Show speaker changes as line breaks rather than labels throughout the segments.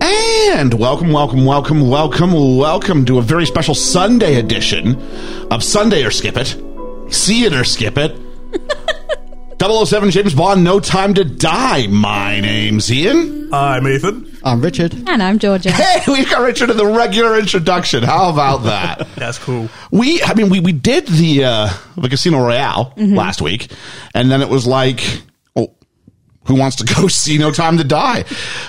And welcome, welcome, welcome, welcome, welcome to a very special Sunday edition of Sunday or Skip It. See It or Skip It. 007 James Bond, No Time to Die. My name's Ian.
I'm Ethan.
I'm Richard.
And I'm Georgia.
Hey, we got Richard in the regular introduction. How about that?
That's cool.
we, I mean, we, we did the, uh, the Casino Royale last week, and then it was like, oh, who wants to go see No Time to Die?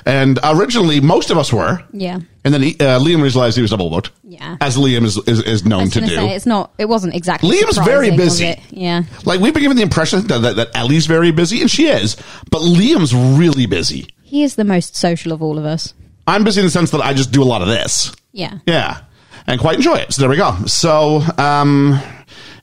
And originally, most of us were.
Yeah.
And then he, uh, Liam realized he was double booked.
Yeah.
As Liam is, is, is
I
known
was
to
going
do.
to say it's not. It wasn't exactly.
Liam's very
surprising, was
busy.
it? Yeah.
Like, we've been given the impression that, that, that Ellie's very busy, and she is, but Liam's really busy.
He is the most social of all of us.
I'm busy in the sense that I just do a lot of this.
Yeah.
Yeah. And quite enjoy it. So there we go. So, um,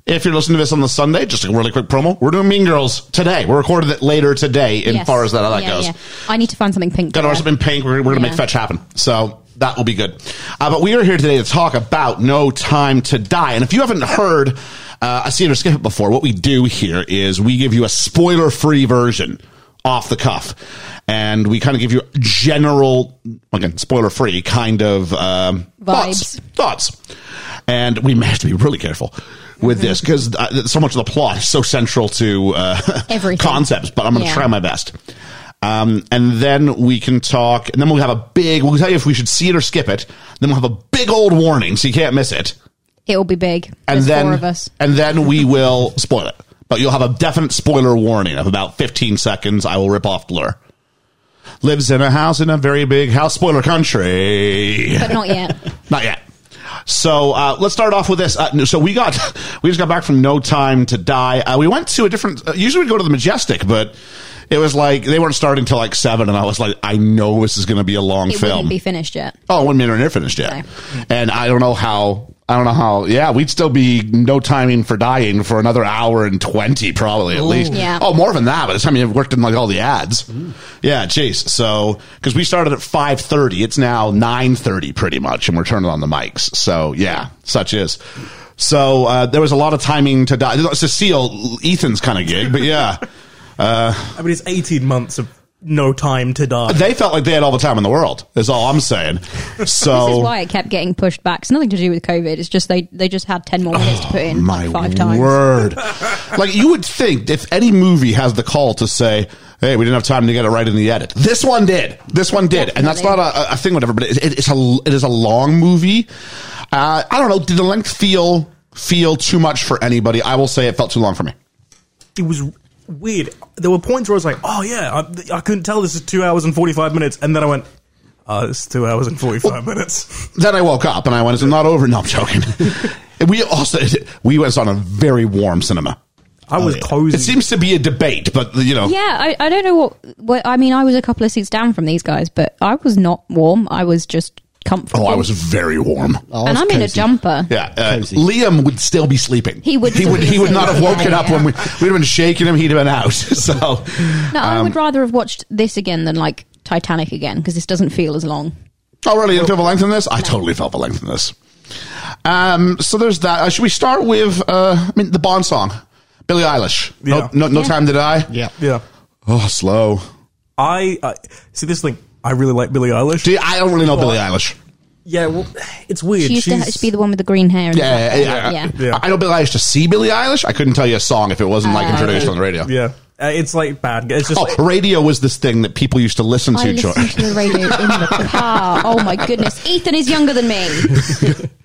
if you're listening to this on the Sunday, just a really quick promo. We're doing Mean Girls today. We're recording it later today, in
Yes.
far as that, how that
Yeah,
goes.
yeah. I need to find something pink.
Got
to
to
wear.
watch something pink. We're, we're going to make
Yeah.
fetch happen. So that will be good. Uh, but we are here today to talk about No Time to Die. And if you haven't heard uh, a scene or skip it before, what we do here is we give you a spoiler free version off the cuff. And we kind of give you general, again, spoiler free kind of um, Thoughts.
Vibes.
Thoughts. And we may have to be really careful with this because uh, so much of the plot is so central to uh,
Everything.
concepts, but I'm going to
Yeah.
try my best. Um, and then we can talk, and then we'll have a big, we'll tell you if we should see it or skip it. Then we'll have a big old warning so you can't miss it.
It'll be big.
And
There's
then,
four of us.
and then we will spoil it. But you'll have a definite spoiler warning of about 15 seconds. I will rip off Blur. Lives in a house in a very big house, spoiler country.
But not yet.
Not yet. So uh, let's start off with this. Uh, so we got we just got back from No Time to Die. Uh, we went to a different. Uh, usually we go to the Majestic, but it was like they weren't starting till like seven, and I was like, I know this is going to be a long
It
film.
wouldn't be finished yet.
oh, one minute and near finished yet,
Okay.
and I don't know how. I don't know how. Yeah, we'd still be no timing for dying for another hour and twenty, probably at least.
Yeah.
Oh, more than that. By the time you've worked in like all the ads. Yeah, jeez. So because we started at five thirty, it's now nine thirty, pretty much, and we're turning on the mics. So yeah, such is. So uh, there was a lot of timing to die. Cecile, Ethan's kind of gig, but yeah,
I mean, it's 18 months of no time to die.
they felt like they had all the time in the world. Is all I'm saying. So
This is why it kept getting pushed back. It's nothing to do with COVID. It's just they they just had ten more minutes to put in
Oh, my
like five times.
word like you would think if any movie has the call to say hey we didn't have time to get it right in the edit this one did this one did and that's not a, a thing whatever but it, it's a it is a long movie uh, i don't know did the length feel feel too much for anybody i will say it felt too long for me
It was weird. There were points where I was like, oh yeah, I, I couldn't tell this is 2 hours and 45 minutes. And then I went, oh, it's 2 hours and 45 minutes.
then I woke up and I went, "It's not over." No, I'm joking. And we also we went on a very warm cinema. Oh,
I was cozy.
It seems to be a debate, but you know,
Yeah, I, I don't know what, what. I mean, I was a couple of seats down from these guys, but I was not warm. I was just
oh,
comfortable.
I was very warm.
Oh,
and
that's
I'm in a
cozy.
jumper.
Yeah, uh,
Cozy.
Liam would still be sleeping.
He would
He
still
would.
be
He would not have
asleep.
woken up when we we'd have been shaking him. He'd have been out. So oh,
No, I
Um,
would rather have watched this again than like Titanic again because this doesn't feel as long.
Oh, really? You feel the length in this? I totally felt the length in this. Um, so there's that. Uh, should we start with, uh, I mean, the Bond song, Billie Eilish.
Yeah.
No, no, no
Yeah.
time to die.
Yeah.
yeah.
Oh, slow.
I, I see this thing. I really like Billie Eilish.
Gee, I don't really know Billie Eilish.
yeah, well, it's weird.
She used
She's-
to be the one with the green hair. And
Yeah, yeah, yeah.
Yeah.
I know Billie Eilish to see Billie Eilish. I couldn't tell you a song if it wasn't like
Uh,
introduced
okay.
on the radio.
yeah. Uh, it's like bad. It's just
Oh,
like-
radio was this thing that people used to listen
I
to. George.
listened to the radio in the car. Oh my goodness, Ethan is younger than me.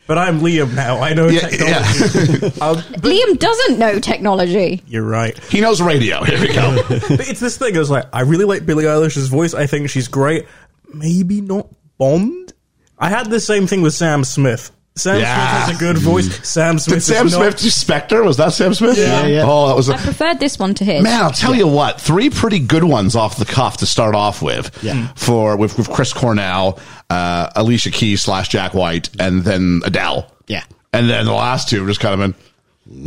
but I'm Liam now. I know
Yeah,
technology. um, but
Liam doesn't know technology.
you're right.
He knows radio. Here we go.
But it's this thing. It's like I really like Billie Eilish's voice. I think she's great. Maybe not Bond. I had the same thing with Sam Smith. Sam
Yeah. Mm.
Smith has a good voice. Sam Smith.
Did Sam
is not-
Smith do Spectre? Was that Sam Smith?
Yeah.
Yeah, yeah.
Oh, that was
I
a.
preferred this one to his.
Man, I'll tell you what, three pretty good ones off the cuff to start off with.
Yeah.
For with, with Chris Cornell, uh, Alicia Keys slash Jack White, and then Adele.
Yeah.
And then the last two just kind of been.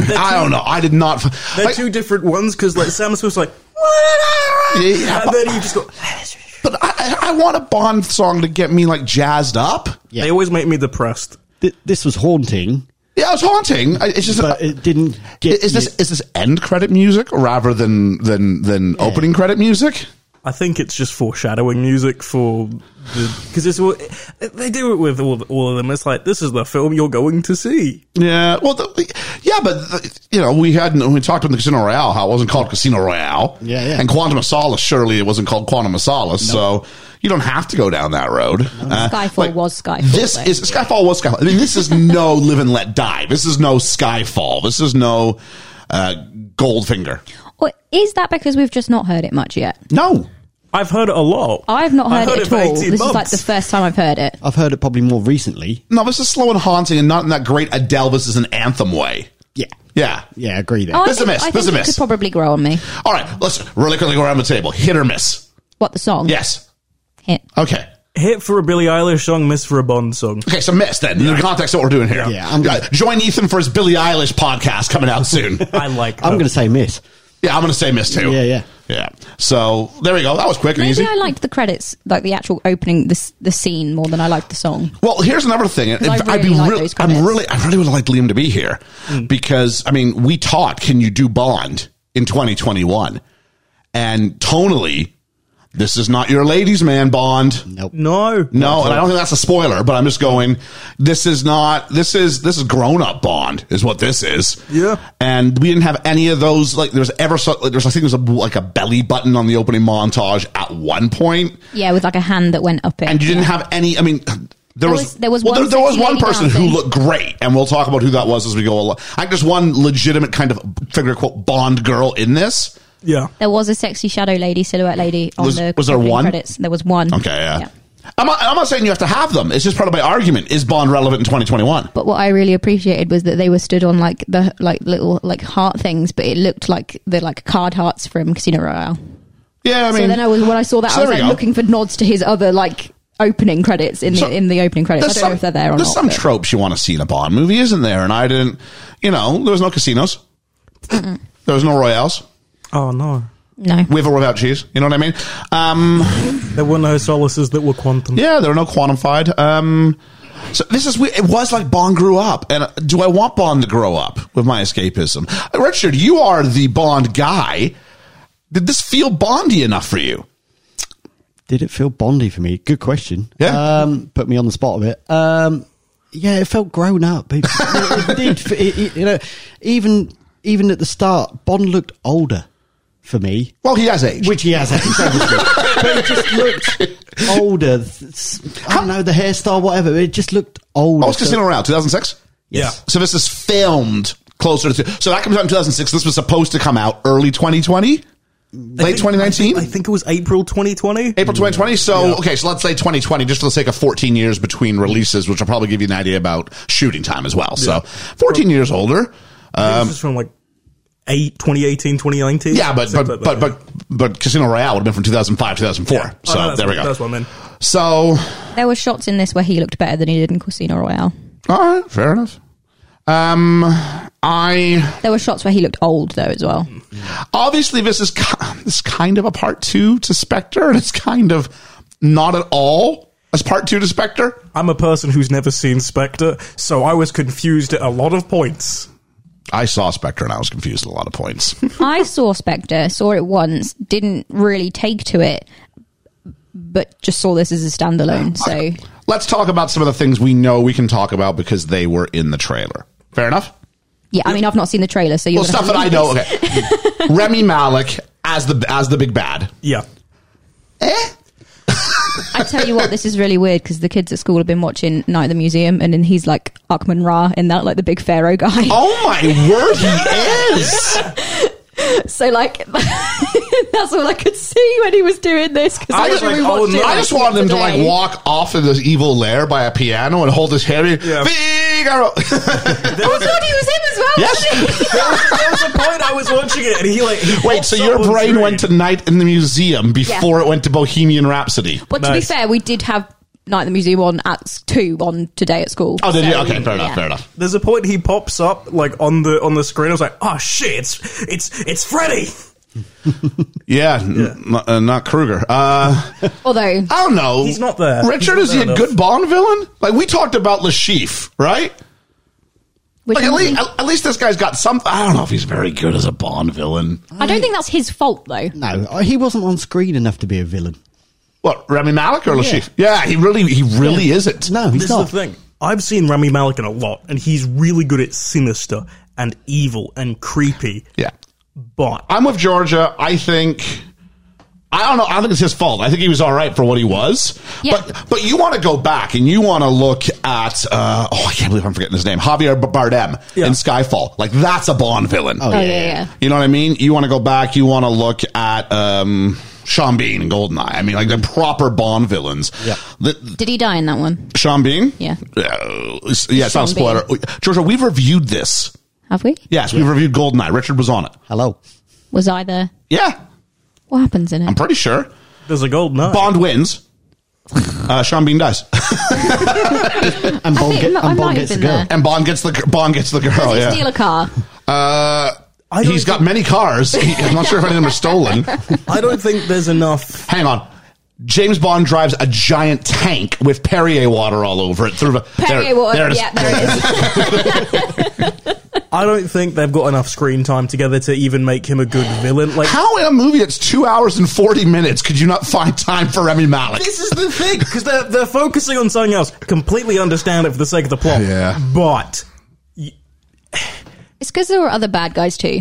mm, I don't know. I did not. f-
They're
like-
two different ones because like Sam Smith's like,
Yeah,
and then you just go.
but I, I- I want a Bond song to get me like jazzed up.
Yeah.
They always make me depressed.
Th- this was haunting,
Yeah, it's haunting. I- It's just.
but it didn't get.
is this
you-
is this end credit music rather than than than opening credit music?
I think it's just foreshadowing music for the because it's all- they do it with all, all of them. It's like this is the film you're going to see.
Yeah, well, the, yeah, but the, you know, we had we talked about the Casino Royale how it wasn't called Casino Royale.
Yeah, yeah.
And Quantum of Solace, surely it wasn't called Quantum of Solace. So you don't have to go down that road. Uh,
Skyfall
like,
was Skyfall.
This
though.
is Skyfall was Skyfall. I mean, this is no live and let die. This is no Skyfall. This is no uh, Goldfinger.
Or is that because we've just not heard it much yet?
No,
I've heard it a lot.
I've not
I
heard,
heard
it
it for
at all.
18
This is like
months.
the first time I've heard it.
I've heard it probably more recently.
no, this is slow and haunting, and not in that great Adele. This is an anthem way.
Yeah,
Yeah.
yeah, I agree there.
Oh, I
This is a
think-
miss.
I
This is a
think it
miss.
Could probably grow on me.
All right, listen. Really quickly go around the table. Hit or miss?
What the song?
Yes.
Hit.
Okay.
Hit for a Billie Eilish song, miss for a Bond song.
Okay, so miss then. In the context of what we're doing here.
Yeah, I'm gonna-
Uh, join Ethan for his Billie Eilish podcast coming out soon.
I like.
I'm
her.
going to say miss.
yeah, I'm going to say miss too.
Yeah, yeah.
Yeah. So there we go. That was quick and
Maybe
easy.
I liked the credits, like the actual opening, the, the scene more than I liked the song.
well, here's another thing. And
I
I'd
really
be
like
real-
those
I'm
credits.
really, I really would like Liam to be here
Hmm.
because I mean, we taught can you do Bond in 2021, and tonally, this is not your ladies' man Bond.
Nope.
no.
No, and I don't think that's a spoiler, but I'm just going. This is not. This is this is grown up Bond is what this is.
Yeah.
and we didn't have any of those. Like there's ever so like, there's I think there's a, like a belly button on the opening montage at one point,
Yeah, with like a hand that went up it.
and you didn't
Yeah.
have any. I mean. There
There
was,
was- there was
well,
one
there, there was
sexy
one
lady
person who
dancing.
looked great, and we'll talk about who that was as we go along. I think there's one legitimate kind of figure quote Bond girl in this.
Yeah.
There was a sexy shadow lady, silhouette lady on
Was-
the
was there
opening
one?
credits. There was one.
Okay, yeah. I'm, not, I'm not saying you have to have them. It's just part of my argument. Is Bond relevant in 2021?
But what I really appreciated was that they were stood on like the like little like heart things, but it looked like the like card hearts from Casino Royale.
Yeah, I mean,
so then I was when I saw that
so
I was
there we
like
go.
looking for nods to his other like opening credits in
So-
the in the opening credits. I don't know if they're there or
there's
not.
some
but-
tropes you want to see in a Bond movie, isn't there? And I didn't, you know, there was no casinos. There was no Royales,
Oh no.
no.
with or without cheese. You know what I mean? Um,
There were no solaces that were quantum.
yeah, there were no quantified. Um, so this is weird. It was like Bond grew up, and do I want Bond to grow up with my escapism? Richard, you are the Bond guy. Did this feel Bondy enough for you?
Did it feel Bondy for me? Good question.
Yeah.
Um, put me on the spot a bit. Um, yeah, it felt grown up. It, it, it did. It, it, you know, even even at the start, Bond looked older for me,
Well, he has age.
which he has actually. obviously. but it just looked older. I don't know the hairstyle, whatever. It just looked older.
Oh, it's Casino Royale, 2006.
Yes.
So this is filmed closer to. So that comes out in 2006. This was supposed to come out early 2020, late 2019,
I think it was April 2020.
April 2020. So okay, so let's say 2020, just for the sake of 14 years between releases, which will probably give you an idea about shooting time as well. So 14 years older.
this is from like eight, 2018, 2019.
Um, Yeah, but but
Something
but
like
but
that.
but, Casino Royale would have been from 2005, 2004.
Oh,
So
no, that's
there we
what-
go.
That's what I meant.
So
There were shots in this where he looked better than he did in Casino Royale.
all right, fair enough. Um, I.
There were shots where he looked old though as well.
obviously this is ki- this is kind of a part two to Spectre, and it's kind of not at all as part two to Spectre.
I'm a person who's never seen Spectre, so I was confused at a lot of points.
I saw Spectre and I was confused at a lot of points.
I saw Spectre, saw it once, didn't really take to it, but just saw this as a standalone. So
Let's talk about some of the things we know we can talk about because they were in the trailer. Fair enough.
yeah, I mean I've not seen the trailer, so you're
Well,
gonna
stuff that
have to
I
read
know.
this.
Okay, Remy Malik as the as the big bad.
Yeah.
Eh?
I tell you what, this is really weird because the kids at school have been watching Night at the Museum, and then he's like Akman Ra in that, like the big pharaoh guy.
Oh my word, he is.
So like, that's all I could see when he was doing this. Because
I
I,
just,
literally
like, oh,
watched it,
no.
I just wanted him to like
today.
walk off of this evil lair by a piano and hold his hand.
Yeah.
Figaro.
There
Oh
was,
God, he was him as well.
Yes.
wasn't he?
there was, there was a point I was watching it, and he like he
Wait,
pops
so
up
your
on
brain
screen.
went to Night in the Museum before it went to Bohemian Rhapsody.
But to be
Nice.
fair, we did have Night at the Museum on at s- two on today at school.
Oh, did you?
So,
Okay, fair enough,
yeah.
fair enough.
There's a point he pops up like on the on the screen. I was like, oh shit, it's it's it's Freddy.
Yeah, n- n- uh, not Kruger. Uh,
Although
I don't know.
He's not there.
Richard,
He's
is
not
he a
there enough.
good Bond villain? Like we talked about Lashif, right?
which
Like at
one is
least,
he?
at, at least this guy's got some. I don't know if he's very good as a Bond villain.
I don't think that's his fault though.
No, I- he wasn't on screen enough to be a villain.
What Remy Malik or Lashif? Yeah. he really, he really isn't.
No, he's
This
not.
is the thing. I've seen Rami Malek in a lot, and he's really good at sinister and evil and creepy.
Yeah,
But
I'm with Georgia. I think. I don't know. I don't think it's his fault. I think he was all right for what he was.
Yeah.
But but you want to go back and you want to look at uh, oh I can't believe I'm forgetting his name Javier B- Bardem
Yeah.
in Skyfall. Like that's a Bond villain.
Oh, yeah, yeah. yeah.
You know what I mean? You want to go back, you want to look at um, Sean Bean and Goldeneye. I mean, like the proper Bond villains.
Yeah.
The,
Did he die in that one?
Sean Bean?
Yeah.
Uh, it's- yeah, it's not a
Sean
spoiler. Georgia, we've reviewed this.
Have we?
Yes, we've reviewed Goldeneye. Richard was on it.
Hello.
Was I there?
Yeah,
What happens in it?
I'm pretty sure.
there's a golden eye.
Bond wins. Uh, Sean Bean dies,
And Bond,
think
get-
I might have
and Bond gets the
been
girl.
there.
and Bond gets the gir- Bond gets the
Does
girl. oh,
he
yeah,
steal a car?
uh,
I don't
he's got
think-
many cars. He- I'm not sure if any of them are stolen.
I don't think there's enough.
Hang on. James Bond drives a giant tank with Perrier water all over it. Through the,
Perrier water. Yeah, there it is.
I don't think they've got enough screen time together to even make him a good villain. Like
How in a movie that's two hours and forty minutes could you not find time for Remy Malik?
this is the thing because they're they're focusing on something else. Completely understand it for the sake of the plot.
Yeah.
But
It's because there were other bad guys too.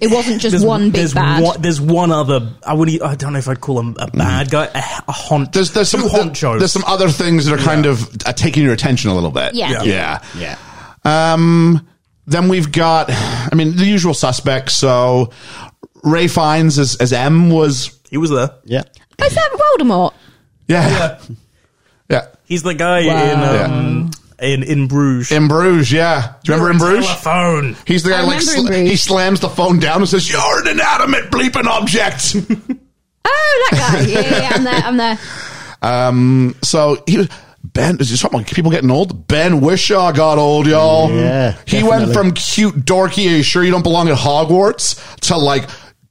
It wasn't just
there's
one big
there's
bad.
One, there's one other. I would. not I don't know if I'd call him a bad guy. A, a haunt.
Mm. There's there's some
two honchos.
there's some other things that are kind of uh, taking your attention a little bit.
Yeah.
yeah,
Yeah.
Um, then we've got, I mean, the usual suspects. So Ray Fiennes as, as M was,
he was there.
Um,
Yeah.
Oh, Is that Voldemort?
yeah, yeah,
He's the guy
Wow.
in um, in in Bruges.
in Bruges. Yeah, do you remember in Bruges?
Telephone.
He's the guy
I
like
remember in
sl-
Bruges.
he slams the phone down and says, "You're an inanimate bleeping object."
Oh, that guy. Yeah, yeah, yeah, I'm there. I'm there.
um, so he was. Ben, is this something people getting old? Ben Wishaw got old, y'all.
Yeah,
He went
definitely.
from cute, dorky, are you sure you don't belong at Hogwarts to like,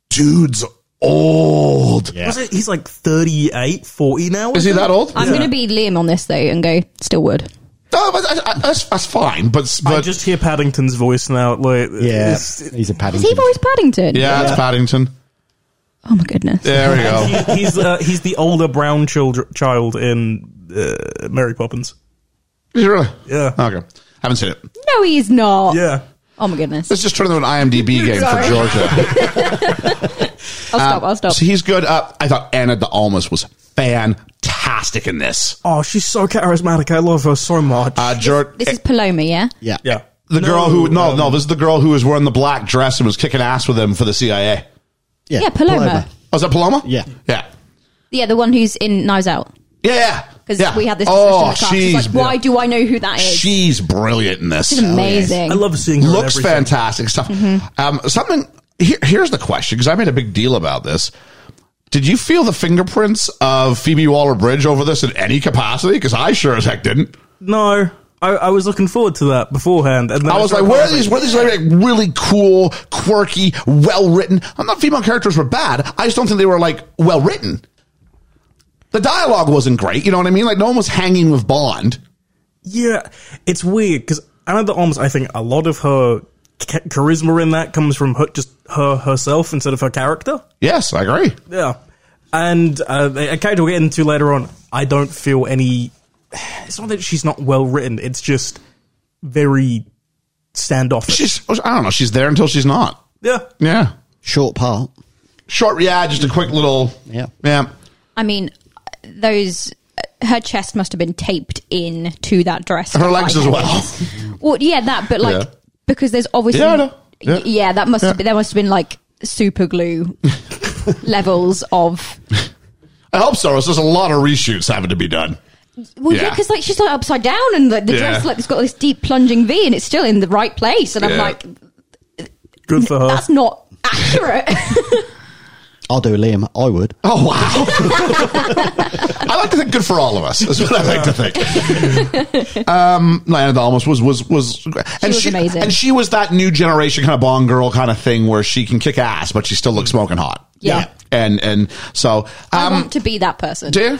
dude's old.
Yeah.
Was it, he's like 38, 40 now.
Is he
isn't
that old?
I'm going to be Liam on this though, and go still would.
No, but I, I, that's, that's fine. But
I
but
just hear Paddington's voice now. Like,
Yeah.
it's- it-
He's a
Is
Paddington.
he voice Paddington?
yeah, it's Paddington.
Oh my goodness.
There we go.
he- he's uh, he's the older brown child, child in uh, Mary Poppins.
Is he really?
Yeah.
Okay. Haven't seen it.
No, he's not.
Yeah.
Oh my goodness.
Let's just turn into an IMDb game for
Sorry.
Georgia.
I'll stop. I'll stop.
Uh, so he's good. Uh, I thought Anna de Almas was fantastic in this.
Oh, she's so charismatic. I love her so much.
Uh, George,
This is Paloma, yeah.
Yeah.
yeah.
the
No,
girl who no
um,
no this is the girl who was wearing the black dress and was kicking ass with him for the CIA.
Yeah.
Yeah, Paloma.
Oh, is that Paloma?
Yeah.
yeah,
Yeah, the one who's in Knives Out.
yeah, yeah.
Because
yeah.
we had this discussion in
Oh,
the class. It's
she's
like, why do I know who that is?
she's brilliant in this.
She's amazing.
I love seeing her. in
looks
everything.
fantastic stuff. Um, something here, here's the question because I made a big deal about this. Did you feel the fingerprints of Phoebe Waller Bridge over this in any capacity? Because I sure as heck didn't.
No, I, I was looking forward to that beforehand, and then
I was like, where are these? Where are these like, really cool, quirky, well written? I'm not female characters were bad. I just don't think they were like well written. The dialogue wasn't great. You know what I mean? Like no one was hanging with Bond.
Yeah, it's weird because Anna de Arms. I think a lot of her cha- charisma in that comes from her, just her herself instead of her character.
Yes, I agree.
Yeah, and uh, a character we'll get into later on. I don't feel any. It's not that she's not well written. It's just very standoffish.
She's I don't know. She's there until she's not.
yeah,
Yeah.
Short part.
Short, yeah, just a quick little,
Yeah.
yeah.
I mean, those. uh, Her chest must have been taped in to that dress.
Her legs as well.
Well, yeah, that. But like,
Yeah.
because there's obviously,
Yeah, I know. Yeah.
Y- yeah, that must
Yeah.
have been, there must have been like super glue levels of.
I hope so. There's a lot of reshoots having to be done.
Well, yeah,
Yeah.
because like she's like upside down, and like, the
Yeah.
dress like it's got this deep plunging V, and it's still in the right place, and I'm
Yeah. Uh.
like,
good for her.
that's not accurate.
I'll do Liam. I would.
Oh wow! I like to think good for all of us. That's what I like to think. um, Diana de Almas was was was, and
was amazing.
and she was that new generation kind of Bond girl kind of thing where she can kick ass, but she still looks smoking hot.
Yeah.
and and so
I
um,
want to be that person.
do you?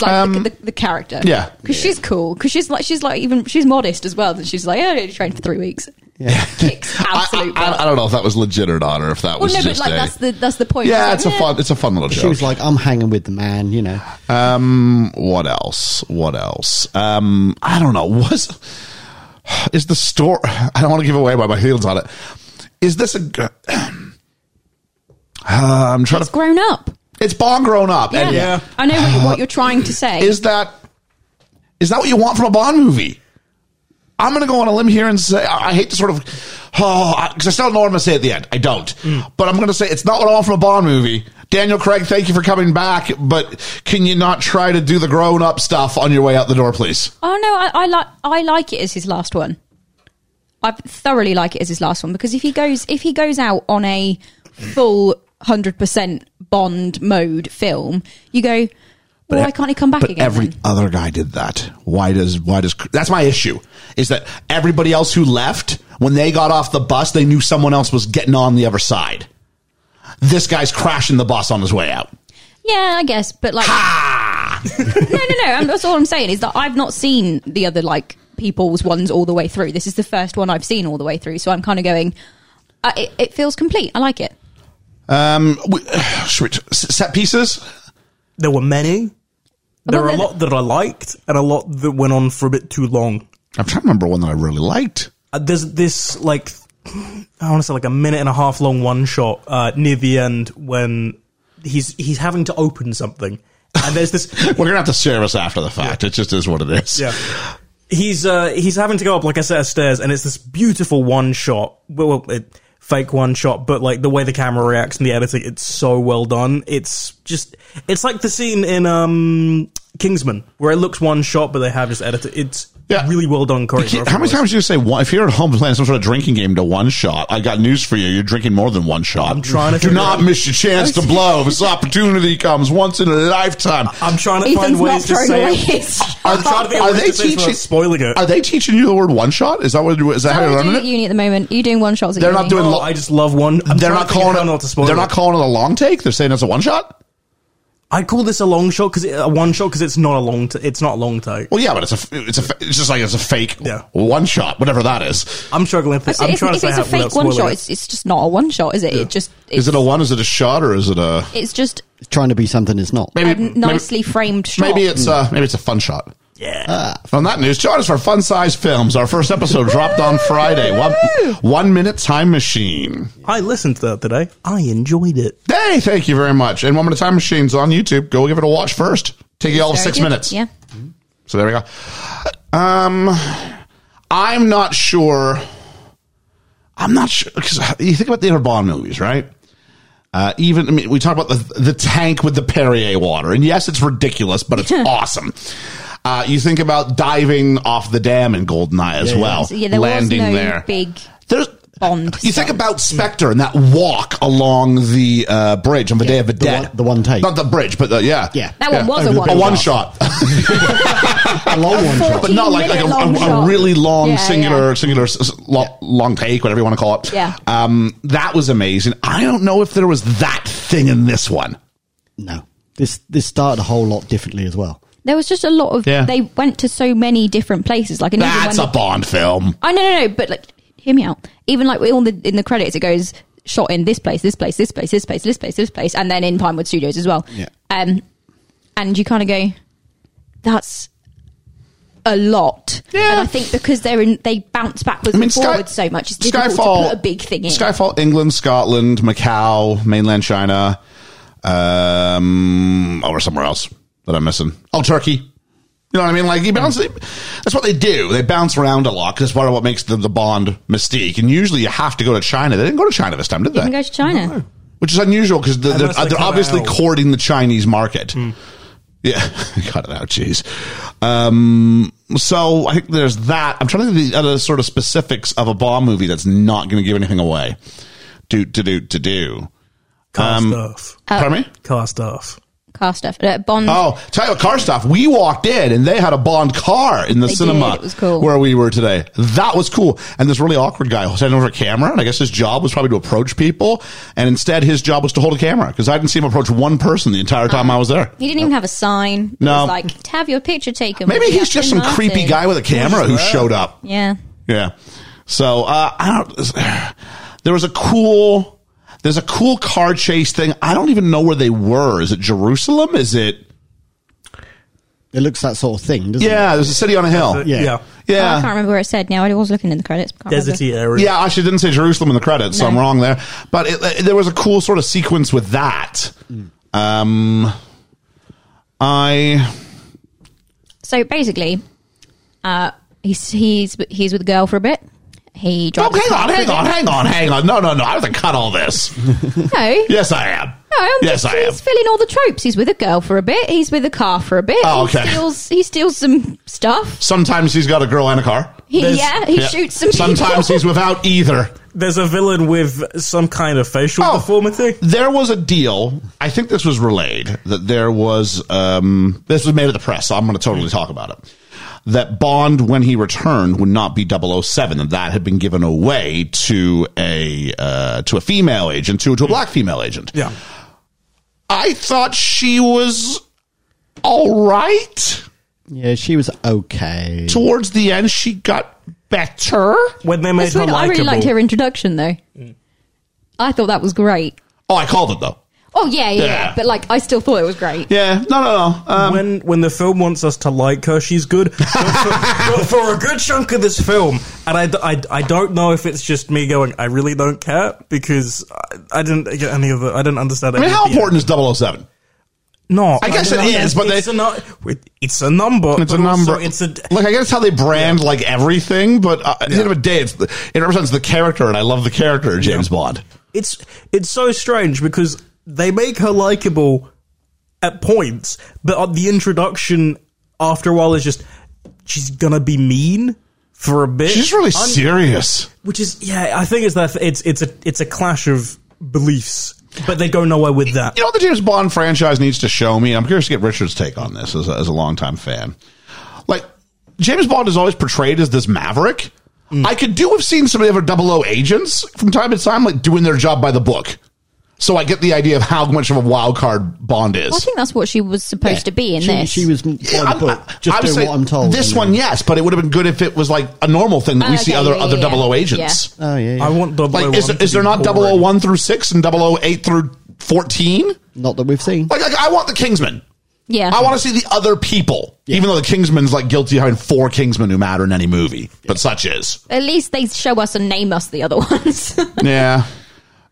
like
Um,
the, the, the character.
Yeah.
because she's cool. Because she's like she's like even she's modest as well. That she's like oh, I only trained for three weeks. Yeah, kicks
I,
absolute.
I, I
butt.
don't know if that was legit or not, or if that
well,
was
no, but
just a.
like that's the that's the point.
yeah,
It's
it's
like,
a fun, it's a fun little joke.
She was like, I'm hanging with the man, you know.
Um, what else? What else? Um, I don't know. Was is the store? I don't want to give away my my feelings on it. Is this a? g- Uh, I'm trying
It's
to.
grown up.
It's Bond grown up,
Yeah,
and
Yeah.
I know what, you- what you're trying to say.
is that is that what you want from a Bond movie? I'm going to go on a limb here and say I I hate to sort of oh because I still don't know what I'm going to say at the end. I don't, but I'm going to say it's not what I want from a Bond movie. Daniel Craig, thank you for coming back, but can you not try to do the grown up stuff on your way out the door, please?
oh no, I, I like I like it as his last one. I thoroughly like it as his last one because if he goes if he goes out on a full hundred percent Bond mode film, you go. Well, why can't he come back
but
again?
every
then?
other guy did that. Why does why does that's my issue? Is that everybody else who left when they got off the bus, they knew someone else was getting on the other side. This guy's crashing the bus on his way out.
Yeah, I guess, but like, no, no, no. I'm, that's all I'm saying is that I've not seen the other like people's ones all the way through. This is the first one I've seen all the way through, so I'm kind of going. Uh, it, it feels complete. I like it.
Um, we, should we, s- set pieces.
There were many. There
Well,
were a
then-
lot that I liked, and a lot that went on for a bit too long.
I'm trying to remember one that I really liked.
Uh, there's this like I want to say like a minute and a half long one shot uh, near the end when he's he's having to open something, and there's this
We're gonna have to share us after the fact. It just is what it is.
yeah. He's uh he's having to go up like a set of stairs, and it's this beautiful one shot. Well, well, it, fake one shot, but like the way the camera reacts and the editing, it's so well done. It's just it's like the scene in um Kingsman where it looks one shot, but they have just edited. It's
Yeah.
really well done
Ki-
choreography.
How many times do you say one? If you're at home playing some sort of drinking game to one shot, I got news for you. You're drinking more than one shot. I'm
trying to
Do
figure
not
out-
miss your chance to blow. This opportunity comes once in a lifetime.
I'm trying to
Ethan's
find
not
ways to
throwing
say
away
it.
his.
I'm trying to think of
Are
ways
they
to say it without
teaching-
spoiling it.
Are they teaching you the word one shot? Is that what? Is that how
How
you're
are you doing at
learning it?
uni at the moment? Are you doing one shots? At
They're
uni?
not doing
Oh, I just love one. I'm
They're
trying
not
to figure
calling
out how not to
it.
spoil
They're
it.
not calling it a long take. They're saying it's a one shot.
I call this a long shot because a one shot because it's not a long. T- it's not a long take.
Well, yeah, but it's a it's a fa- it's just like it's a fake
Yeah.
one shot, whatever that is.
I'm struggling. To
Oh,
think.
so
I'm
if,
trying to
if
say
it's
how
a fake
without
one
spoiling
shot,
it.
it's, it's just not a one shot, is it? It just it's,
Is it a one? Is it a shot? Or is it a
It's just
Trying to be something it's not.
a nicely framed shot.
Maybe it's uh maybe it's a fun shot.
yeah.
On that news, join us for Fun Size Films. Our first episode dropped on Friday. One one minute time machine.
I listened to that today. I enjoyed it.
Hey, thank you very much. And one minute time machine's on YouTube. Go give it a watch first. Take you all of
Very
six
good.
minutes.
Yeah,
So there we go. Um, I'm not sure. I'm not sure because you think about the other Bond movies, right? Uh, even I mean, we talk about the the tank with the Perrier water, and yes, it's ridiculous, but it's awesome. Uh, you think about diving off the dam in Goldeneye as well,
So, yeah. There
landing
was no
there.
big
There's
Bond.
you
stuff.
think about Spectre and that walk along the uh, bridge on the Day of the,
the
Dead,
one- the one take.
not the bridge, but the, yeah,
Yeah.
that one
Yeah.
was a
Over the
one.
a
shot.
one shot.
a long one shot.
but not like like a,
15 minute
a,
long
a really
shot.
long
Yeah,
singular
yeah.
singular s- s- lo- long take, whatever you want to call it.
Yeah.
um, that was amazing. I don't know if there was that thing in this one.
No. This this started a whole lot differently as well.
There was just a lot of.
Yeah.
They went to so many different places. Like, and even
That's
when
a Bond film.
I no no no, but like, hear me out. Even like all the in the credits, it goes shot in this place, this place, this place, this place, this place, this place, and then in Pinewood Studios as well.
Yeah.
Um, and you kind of go, that's a lot.
Yeah.
And I think because they're in, they bounce backwards
I mean,
and
Sky,
forwards so much. It's difficult to put a big thing in.
Skyfall, England, Scotland, Macau, mainland China, um, or somewhere else that I'm missing. Oh, Turkey. You know what I mean? Like you bounce.
Mm.
That's what they do. They bounce around a lot. 'cause That's part of what makes the, the Bond mystique. And usually you have to go to China. They didn't go to China this time, did they?
Didn't go to China.
which is unusual because they're, they're,
Unless they
they're
cut it
obviously
out.
courting the Chinese market. Yeah, cut it out, jeez. Um, so I think there's that. I'm trying to think of the other sort of specifics of a bomb movie that's not going to give anything away. Do to do to do.
Car stuff.
Pardon me.
Car stuff.
car stuff. Uh, Bond.
Oh, title car stuff. We walked in and they had a Bond car in the
They
cinema
did. It was cool.
where we were today. That was cool. And this really awkward guy was handing over a camera. And I guess his job was probably to approach people. And instead, his job was to hold a camera because I didn't see him approach one person the entire time I was there.
He didn't even have a sign. It
No.
was like to have your picture taken.
Maybe
with
he's just some
Aston
creepy
Martin."
guy with a camera who showed up.
Yeah.
Yeah. So uh, I don't. There was a cool. There's a cool car chase thing. I don't even know where they were. Is it Jerusalem? Is it?
It looks that sort of thing, doesn't it?
Yeah, there's a city on a hill.
Yeah.
Uh, yeah.
Oh, I can't
Yeah.
remember where it said now. I was looking in the credits. but can't remember.
Deserty area.
Yeah, I actually didn't say Jerusalem in the credits, so I'm
No.
wrong there. But it, it- there was a cool sort of sequence with that. Um, I
So basically, uh, he's he's he's with a girl for a bit. He
oh,
drives. a
hang
car
on,
for a
hang
bit.
on, hang on, hang on. No, no, no. I have to cut all this.
No,
Yes, I am.
No, I'm
yes,
just,
I am.
he's filling all the tropes. He's with a girl for a bit. He's with a car for a bit.
Oh,
he
okay.
steals he steals some stuff.
Sometimes he's got a girl and a car.
He,
There's-
yeah, he
Yeah.
shoots some.
Sometimes
people.
he's without either.
There's a villain with some kind of facial
Oh.
deformity.
There was a deal. I think this was relayed that there was. Um, this was made at the press, so I'm going to totally talk about it. That Bond, when he returned, would not be 007, and that had been given away to a uh, to a female agent, to to a black female agent.
Yeah.
I thought she was all right.
Yeah, she was okay.
Towards the end, she got better.
When they made
That's
her
weird. I
likable.
really liked her introduction though. I thought that was great.
Oh, I called it though.
Oh yeah, yeah,
Yeah.
yeah. But like, I still thought it was great.
Yeah, no, no, no. Um,
when when the film wants us to like her, she's good. But for, but for a good chunk of this film, and I, d- I d- I don't know if it's just me going, I really don't care because I, I didn't get any of it. I didn't understand.
I mean, how important is 007?
No,
I guess
don't
it
know.
is, but
it's
they-
a nu- it's a number.
It's a
but also
number.
It's a
look. I guess how they brand like everything, but uh, at the end of the day, it's, it represents the character, and I love the character of James Bond.
it's it's so strange because they make her likable at points, but uh, the introduction after a while is just she's gonna be mean for a bit.
She's really
Un-
serious.
which is yeah. I think it's that it's it's a it's a clash of beliefs, but they go nowhere with that.
You know what the James Bond franchise needs to show me. I'm curious to get Richard's take on this as a, as a longtime fan. Like James Bond is always portrayed as this maverick.
Mm.
I could do have seen some of the other 00 agents from time to time, like doing their job by the book. So I get the idea of how much of a wild card Bond is.
I think that's what she was supposed to be in
she,
this.
She was by the
I'm-
book,
I-
just
I would
doing
say
what I'm told.
This
and
one,
then-
yes, but it would have been good if it was like a normal thing that we
Okay,
see other
yeah,
other
yeah,
double O
yeah.
agents.
Oh,
I want double.
Like, is, is there not double O one through six and double O eight through fourteen?
Not that we've seen.
Like, like, I want the Kingsman.
yeah.
I want to see the other people, even though the Kingsman's like guilty of having four Kingsmen who matter in any movie, but such is.
At least they show us and name us the other ones.
Yeah.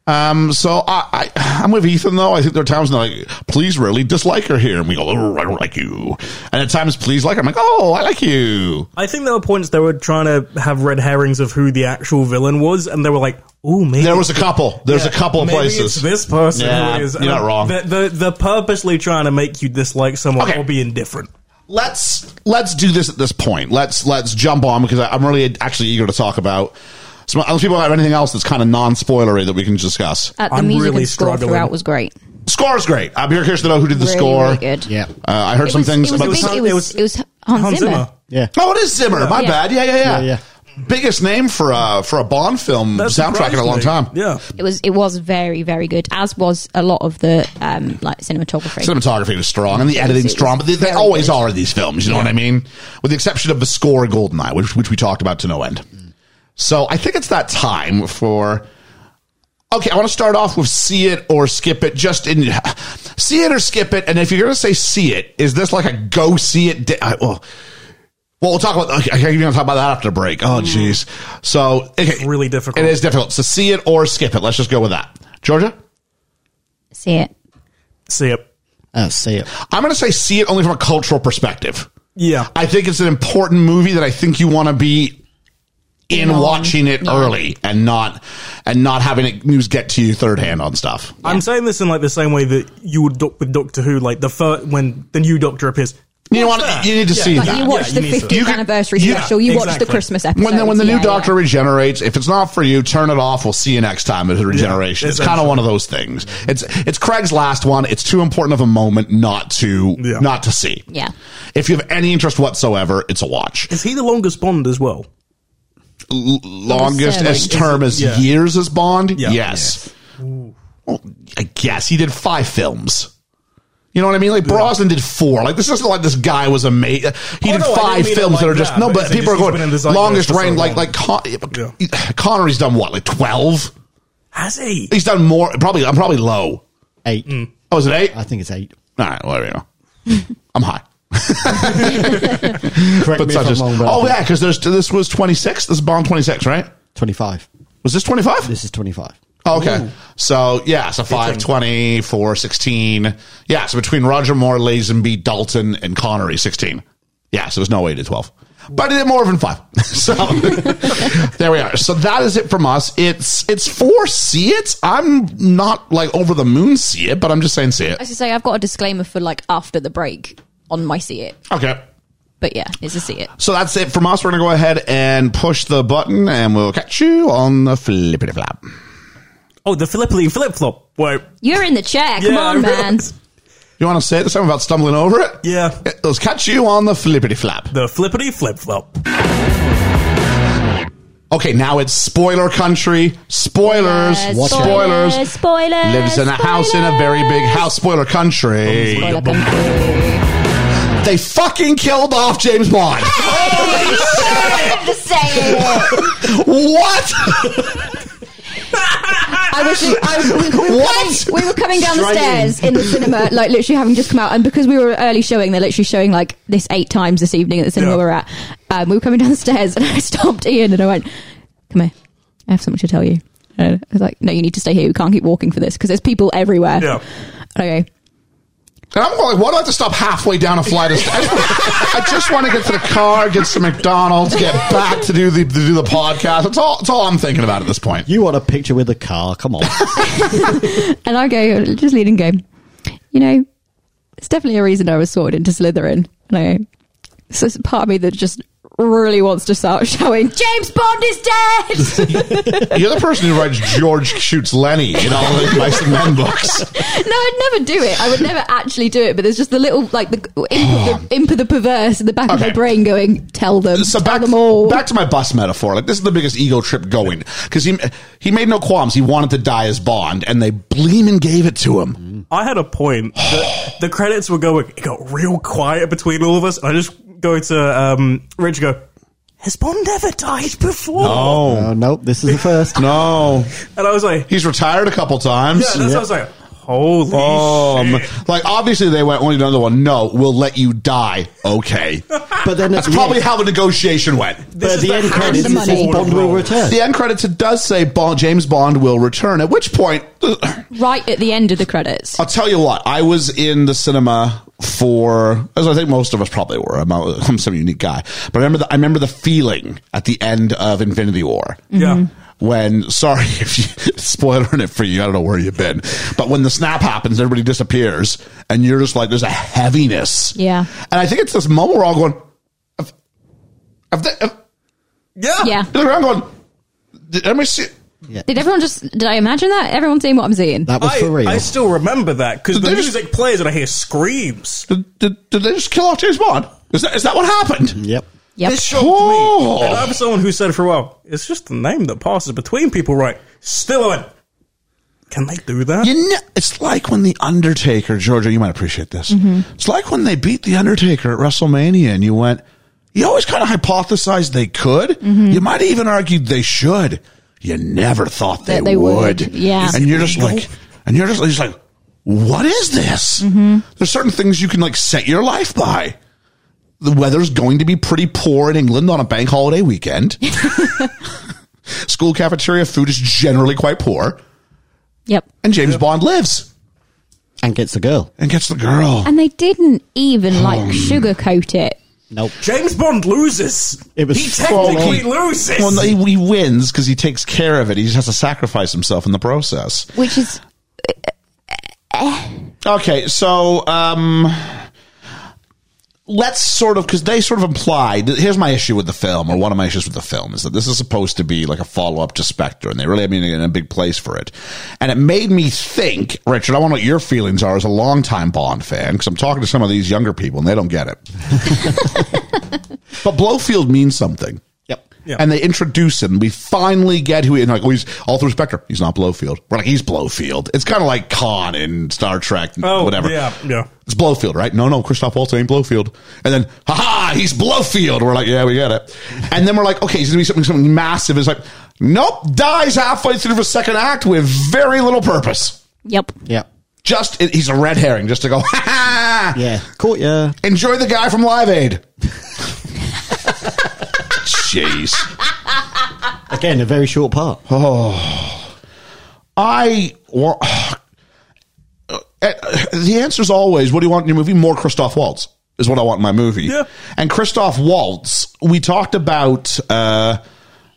Um, so I, I, I'm with Ethan though. I think there are times when they're like, please really dislike her here. And we go, oh, I don't like you. And at times, please like her. I'm like, oh, I like you.
I think there were points they were trying to have red herrings of who the actual villain was, and they were like, "Oh, maybe
There was a couple. There's a
Yeah,
couple of
maybe
places.
It's this person
Yeah,
who is.
you're not wrong.
They're, they're, they're purposely trying to make you dislike someone
Okay.
or be indifferent.
let's let's do this at this point. Let's let's jump on because I, I'm really actually eager to talk about. Some, unless people have anything else that's kind of non-spoilery that we can discuss.
Uh, the
I'm
music
really
and score
struggling.
throughout was great.
Score's great. I'm here curious to know who did the
really,
score.
really good.
Yeah.
Uh, I heard
It
some
was-
things
it was
about.
a
the
big-
sound-
it was- it was Hans Zimmer.
Yeah.
oh, it is Zimmer. My
Yeah.
bad. Yeah, yeah, yeah.
Yeah, yeah.
Biggest name for a for a Bond film
That
soundtrack in a
surprised
long
me.
time.
Yeah.
It was it was very very good, as was a lot of the um like cinematography.
Cinematography was strong and the editing
was
strong, but they, they
very
always
good.
are in these films. You know what I mean? With the exception of the score in Goldeneye, which which we talked about to no end. So I think it's that time for. Okay, I want to start off with see it or skip it. Just in see it or skip it, and if you're going to say see it, is this like a go see it? Di- I, well, well, we'll talk about. Okay, you're going to talk about that after the break. Oh, jeez. So okay,
It's really difficult.
It is difficult. So see it or skip it. Let's just go with that, Georgia.
See it.
See it.
Oh, see it.
I'm going to say see it only from a cultural perspective.
Yeah.
I think it's an important movie that I think you want to be in
Yeah.
watching it
Yeah.
early and not and not having it news get to you third hand on stuff.
I'm saying this in like the same way that you would doc- with Doctor Who, like the first when the new Doctor appears.
You know
What's
what?
that?
You need to
Yeah.
see
Like
that.
you watch
Yeah,
the
you need to.
50th
You can-
anniversary
yeah,
special, you watch the
exactly.
Christmas episode.
when the, when the new doctor regenerates, if it's not for you, turn it off. We'll see you next time at the regeneration. it's kind of
essentially.
one of those things. It's it's Craig's last one. It's too important of a moment not to
Yeah.
not to see.
Yeah.
If you have any interest whatsoever, it's a watch.
Is he the longest Bond as well?
L- longest
Seven.
as term as
Yeah.
years as Bond.
Yeah.
Yes. Well, I guess he did five films. You know what I mean? Like Brosnan did four. Like this isn't like this guy was amazing. He
Oh,
did
no, I didn't
five
mean it
films
like
that are just
that,
no.
but
But
it's just
people are
he's been
going
in the zeitgeist
longest
for so
reign. like
long.
like Con- Connery's done what? Like twelve.
Has he?
He's done more. Probably I'm probably low.
Eight.
Oh, is it eight?
I think it's eight.
All right, well, you know. I'm high.
Correct
But
me if
such
I'm
as
wrong, but I
oh
think
yeah, because there's this was 26. This is Bond 26, right?
25.
Was this 25?
This is 25.
Oh, Okay. So, yeah, so 5, 20, 4, 16. Yeah, so between Roger Moore, Lazenby, Dalton, and Connery, 16. Yeah, so there's no 8 to 12. But it did more than 5. so, there we are. So that is it from us. It's it's for see it. I'm not like over the moon see it, but I'm just saying see
As
it.
I say, I've got a disclaimer for like after the break on my see it.
Okay.
But yeah, it's a see it.
So that's it from us. We're going to go ahead and push the button and we'll catch you on the flippity flap.
Oh, the Philippine flip flop. Wait.
You're in the chair. Come
Yeah, I
on, man.
realised.
You want to say it the same without stumbling over it?
Yeah.
Let's catch you on the flippity flap.
The flippity flip flop.
Okay, now it's spoiler country. Spoilers.
Spoilers,
spoilers.
spoilers, spoilers,
Lives in a house in a very big house. Spoiler country.
Spoiler country.
They fucking killed off James Bond.
the same.
what?
I was, just, I was we, we were
What?
Coming, we were coming down the
Striking.
stairs in the cinema, like literally having just come out, and because we were early showing, they're literally showing like this eight times this evening at the cinema
Yeah.
we're at. Um, we were coming down the stairs, and I stopped Ian and I went, "Come here, I have something to tell you." And I was like, "No, you need to stay here. We can't keep walking for this because there's people everywhere."
Yeah.
And I go,
And I'm like, why do I have to stop halfway down a flight of stairs? I just want to get to the car, get some McDonald's, get back to do the to do the podcast. That's all. That's all I'm thinking about at this point.
You want a picture with a car? Come on.
and I go, just lead and go. You know, it's definitely a reason I was sorted into Slytherin. And I go, so it's part of me that just really wants to start shouting, James Bond is dead.
You're the person who writes George shoots Lenny in all the Mice and Men books.
No, I'd never do it. I would never actually do it. But there's just the little, like the imp, the, imp of the perverse in the back of my
Okay.
brain going, "Tell them,
So
tell
back,
them all."
back to my bus metaphor. Like this is the biggest ego trip going because he he made no qualms. He wanted to die as Bond, and they bleemin' gave it to him.
I had a point. The, the credits were going. It got real quiet between all of us. I just go to um, Rich. and Go. Has Bond ever died before?
Oh
Uh, nope, this is the first.
no,
And I was like, yeah.
he's retired a couple times.
That's what I was like. Holy
Um,
shit!
like obviously they went only another one. No, we'll let you die. Okay,
But then
that's
at the
probably
end,
how the negotiation went.
This
but
is
the end
hand
credits it says
money.
Bond will
roll.
return.
The end credits it does say Bond, James Bond will return. At which point,
right at the end of the credits.
I'll tell you what. I was in the cinema for, as I think most of us probably were. I'm, a, I'm some unique guy, but I remember the, I remember the feeling at the end of Infinity War.
Yeah.
When sorry if you spoiling it for you, I don't know where you've been, but when the snap happens, everybody disappears, and you're just like, there's a heaviness.
Yeah.
And I think it's this moment we're all going, "Have- have they- have-"
Yeah.
yeah.
They're all going, did everybody see?
Did everyone just? Did I imagine that? Everyone's seeing what I'm seeing.
That was for
I,
real.
I still remember that because the
They just-
music plays and I hear screams.
Did, did, did they just kill off James Bond? Is that is that what happened?
yep.
yep.
This shocked
Oh.
me. And I'm someone who said for a while, it's just the name that passes between people, right? Still, I went, can they do that?
You know, it's like when the Undertaker, Georgia, you might appreciate this.
Mm-hmm.
It's like when they beat the Undertaker at WrestleMania, and you went, you always kind of hypothesized they could.
Mm-hmm.
You might even argued they should. You never thought they,
That they
would.
would, yeah. Is
and
it
you're just
legal?
like, and you're just, just like, what is this?
Mm-hmm.
There's certain things you can like set your life by. The weather's going to be pretty poor in England on a bank holiday weekend. School cafeteria food is generally quite poor,
yep.
and James Bond lives
And gets the girl.
and gets the girl.
And they didn't even like
Oh.
sugarcoat it.
Nope.
James Bond loses.
It was
he
full
technically
on.
loses.
Well, no, he, he wins because he takes care of it. He just has to sacrifice himself in the process.
Which is
uh, Okay, so um, let's sort of because they sort of implied here's my issue with the film or one of my issues with the film is that this is supposed to be like a follow-up to spectre and they really have me in a big place for it and it made me think richard i want to know what your feelings are as a longtime bond fan because i'm talking to some of these younger people and they don't get it but blowfield means something
Yep.
Yeah.
and they introduce him. We finally get who he is. Like, oh, he's all through Spectre. He's not Blowfield. We're like, he's Blowfield. It's kind of like Khan in Star Trek, and
Oh,
whatever.
yeah, yeah.
It's Blowfield, right? No, no, Christoph Waltz ain't Blowfield. And then, ha ha, he's Blowfield. We're like, yeah, we get it. And then we're like, okay, he's going to be something, something massive. It's like, nope, dies halfway through the second act with very little purpose.
Yep.
Yep.
Just, he's a red herring just to go, ha ha.
Yeah. Caught ya.
Enjoy the guy from Live Aid. Jeez.
Again, a very short part.
I want. the answer is always, what do you want in your movie? More Christoph Waltz is what I want in my movie.
Yeah.
And Christoph Waltz, we talked about uh,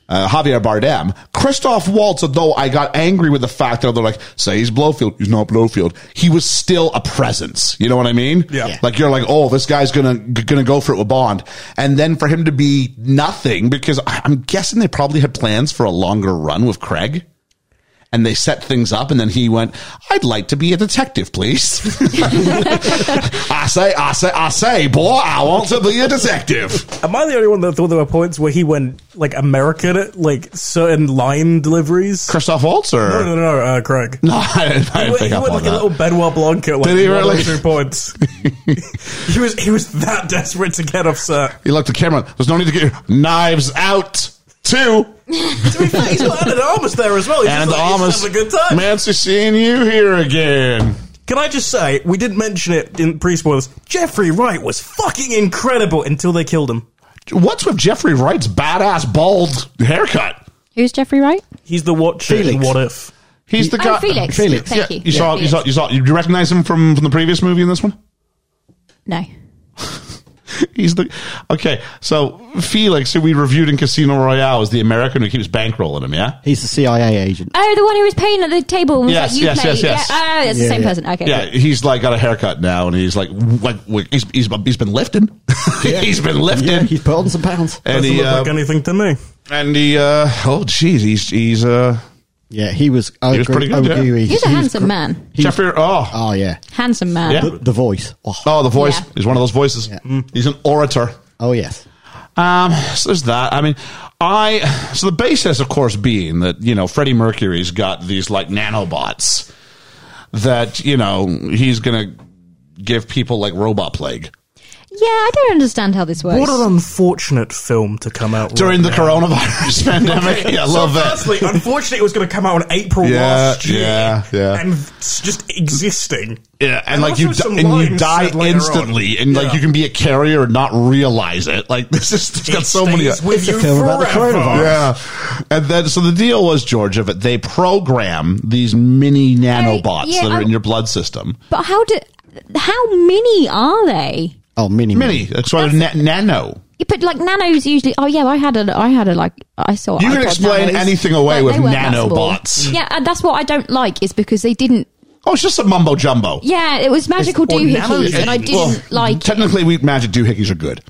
uh, Javier Bardem. Christoph Waltz, although I got angry with the fact that they're like, say he's Blowfield, he's not Blowfield. He was still a presence. You know what I mean?
Yeah. Yeah.
Like you're like, oh, this guy's gonna gonna go for it with Bond, and then for him to be nothing because I- I'm guessing they probably had plans for a longer run with Craig and they set things up and then he went i'd like to be a detective please i say i say i say boy i want to be a detective
Am I the only one that thought there were points where he went like American at like certain line deliveries?
christoph waltz or
No, no, no, uh, Craig.
No, I didn't, I didn't
He went,
pick
he
up
went
on
like a
that
little Benoit Blanc at like
Did he
one
really?
or two points. he was he was that desperate to get upset.
he looked at the camera there's no need to get your knives out two
to be fair, he's got Anna de Armas there as well. He's
and
just like, he's
almost
having a good time.
fancy seeing you here again
Can I just say, we didn't mention it in pre spoilers. Jeffrey Wright was fucking incredible until they killed him.
what's with jeffrey wright's badass bald haircut
Who's Jeffrey Wright?
He's the watcher in
Felix.
What If.
He's the
Oh,
guy,
Felix. Felix. Thank
yeah,
you.
You saw,
Yeah,
you saw, you saw. You recognize him from from the previous movie in this one?
No.
He's the okay. So Felix, who we reviewed in Casino Royale, is the American who keeps bankrolling him. Yeah,
He's the CIA agent.
Oh, the one who was paying at the table and was
Yes,
like, "You
yes,
play."
yes, yes.
Yeah. Oh, it's
Yeah,
the same
yeah.
person. Okay.
yeah. He's like got a haircut now, and he's like, like he's he's he's been lifting. he's been lifting.
Yeah, he's put on some pounds.
and
Doesn't
he,
look
uh,
like anything to me.
and he, uh, oh geez, he's he's uh,
Yeah, he was. I
He was
agree-
pretty good,
I
yeah.
agree with you.
He's a
He was
handsome
gr-
man.
He was-
Jeffrey. Oh,
Oh yeah.
Handsome man.
Yeah.
The, the voice. Oh,
oh, the voice.
Yeah.
He's one of those voices. Mm. He's an orator.
oh yes.
Um, so there's that. I mean, I so the basis, of course, being that you know Freddie Mercury's got these like nanobots that you know he's gonna give people like robot plague
Yeah, I don't understand how this works.
What an unfortunate film to come out
during
right
the
now.
coronavirus pandemic. Yeah, I
so
love that.
firstly, unfortunately, it was going to come out in April
Yeah,
last year,
yeah, yeah.
and it's just existing.
Yeah, and like
also
you, di-
some
and you
lines
die
said later on.
instantly, and like
Yeah.
you can be a carrier and not realize it. Like this is it's got
It
so many.
stays with
It's a
you
film about the
forever.
coronavirus.
Yeah. And then, so the deal was, Georgia, that they program these mini nanobots
yeah,
that are
I-
in your blood system.
but how do? How many are they?
Oh, mini
Mini. That's why na- nano.
Yeah, But like nanos usually. Oh yeah, I had a. I had a like. I saw.
You can
iPod
explain
nanos,
anything away
but
with
they weren't that small.
nanobots.
Yeah, and that's what I don't like is because they didn't.
Oh, it's just a mumbo jumbo.
Yeah, it was magical
or
doohickeys,
nanogen.
and I didn't like. it.
Technically, we magic doohickeys are good.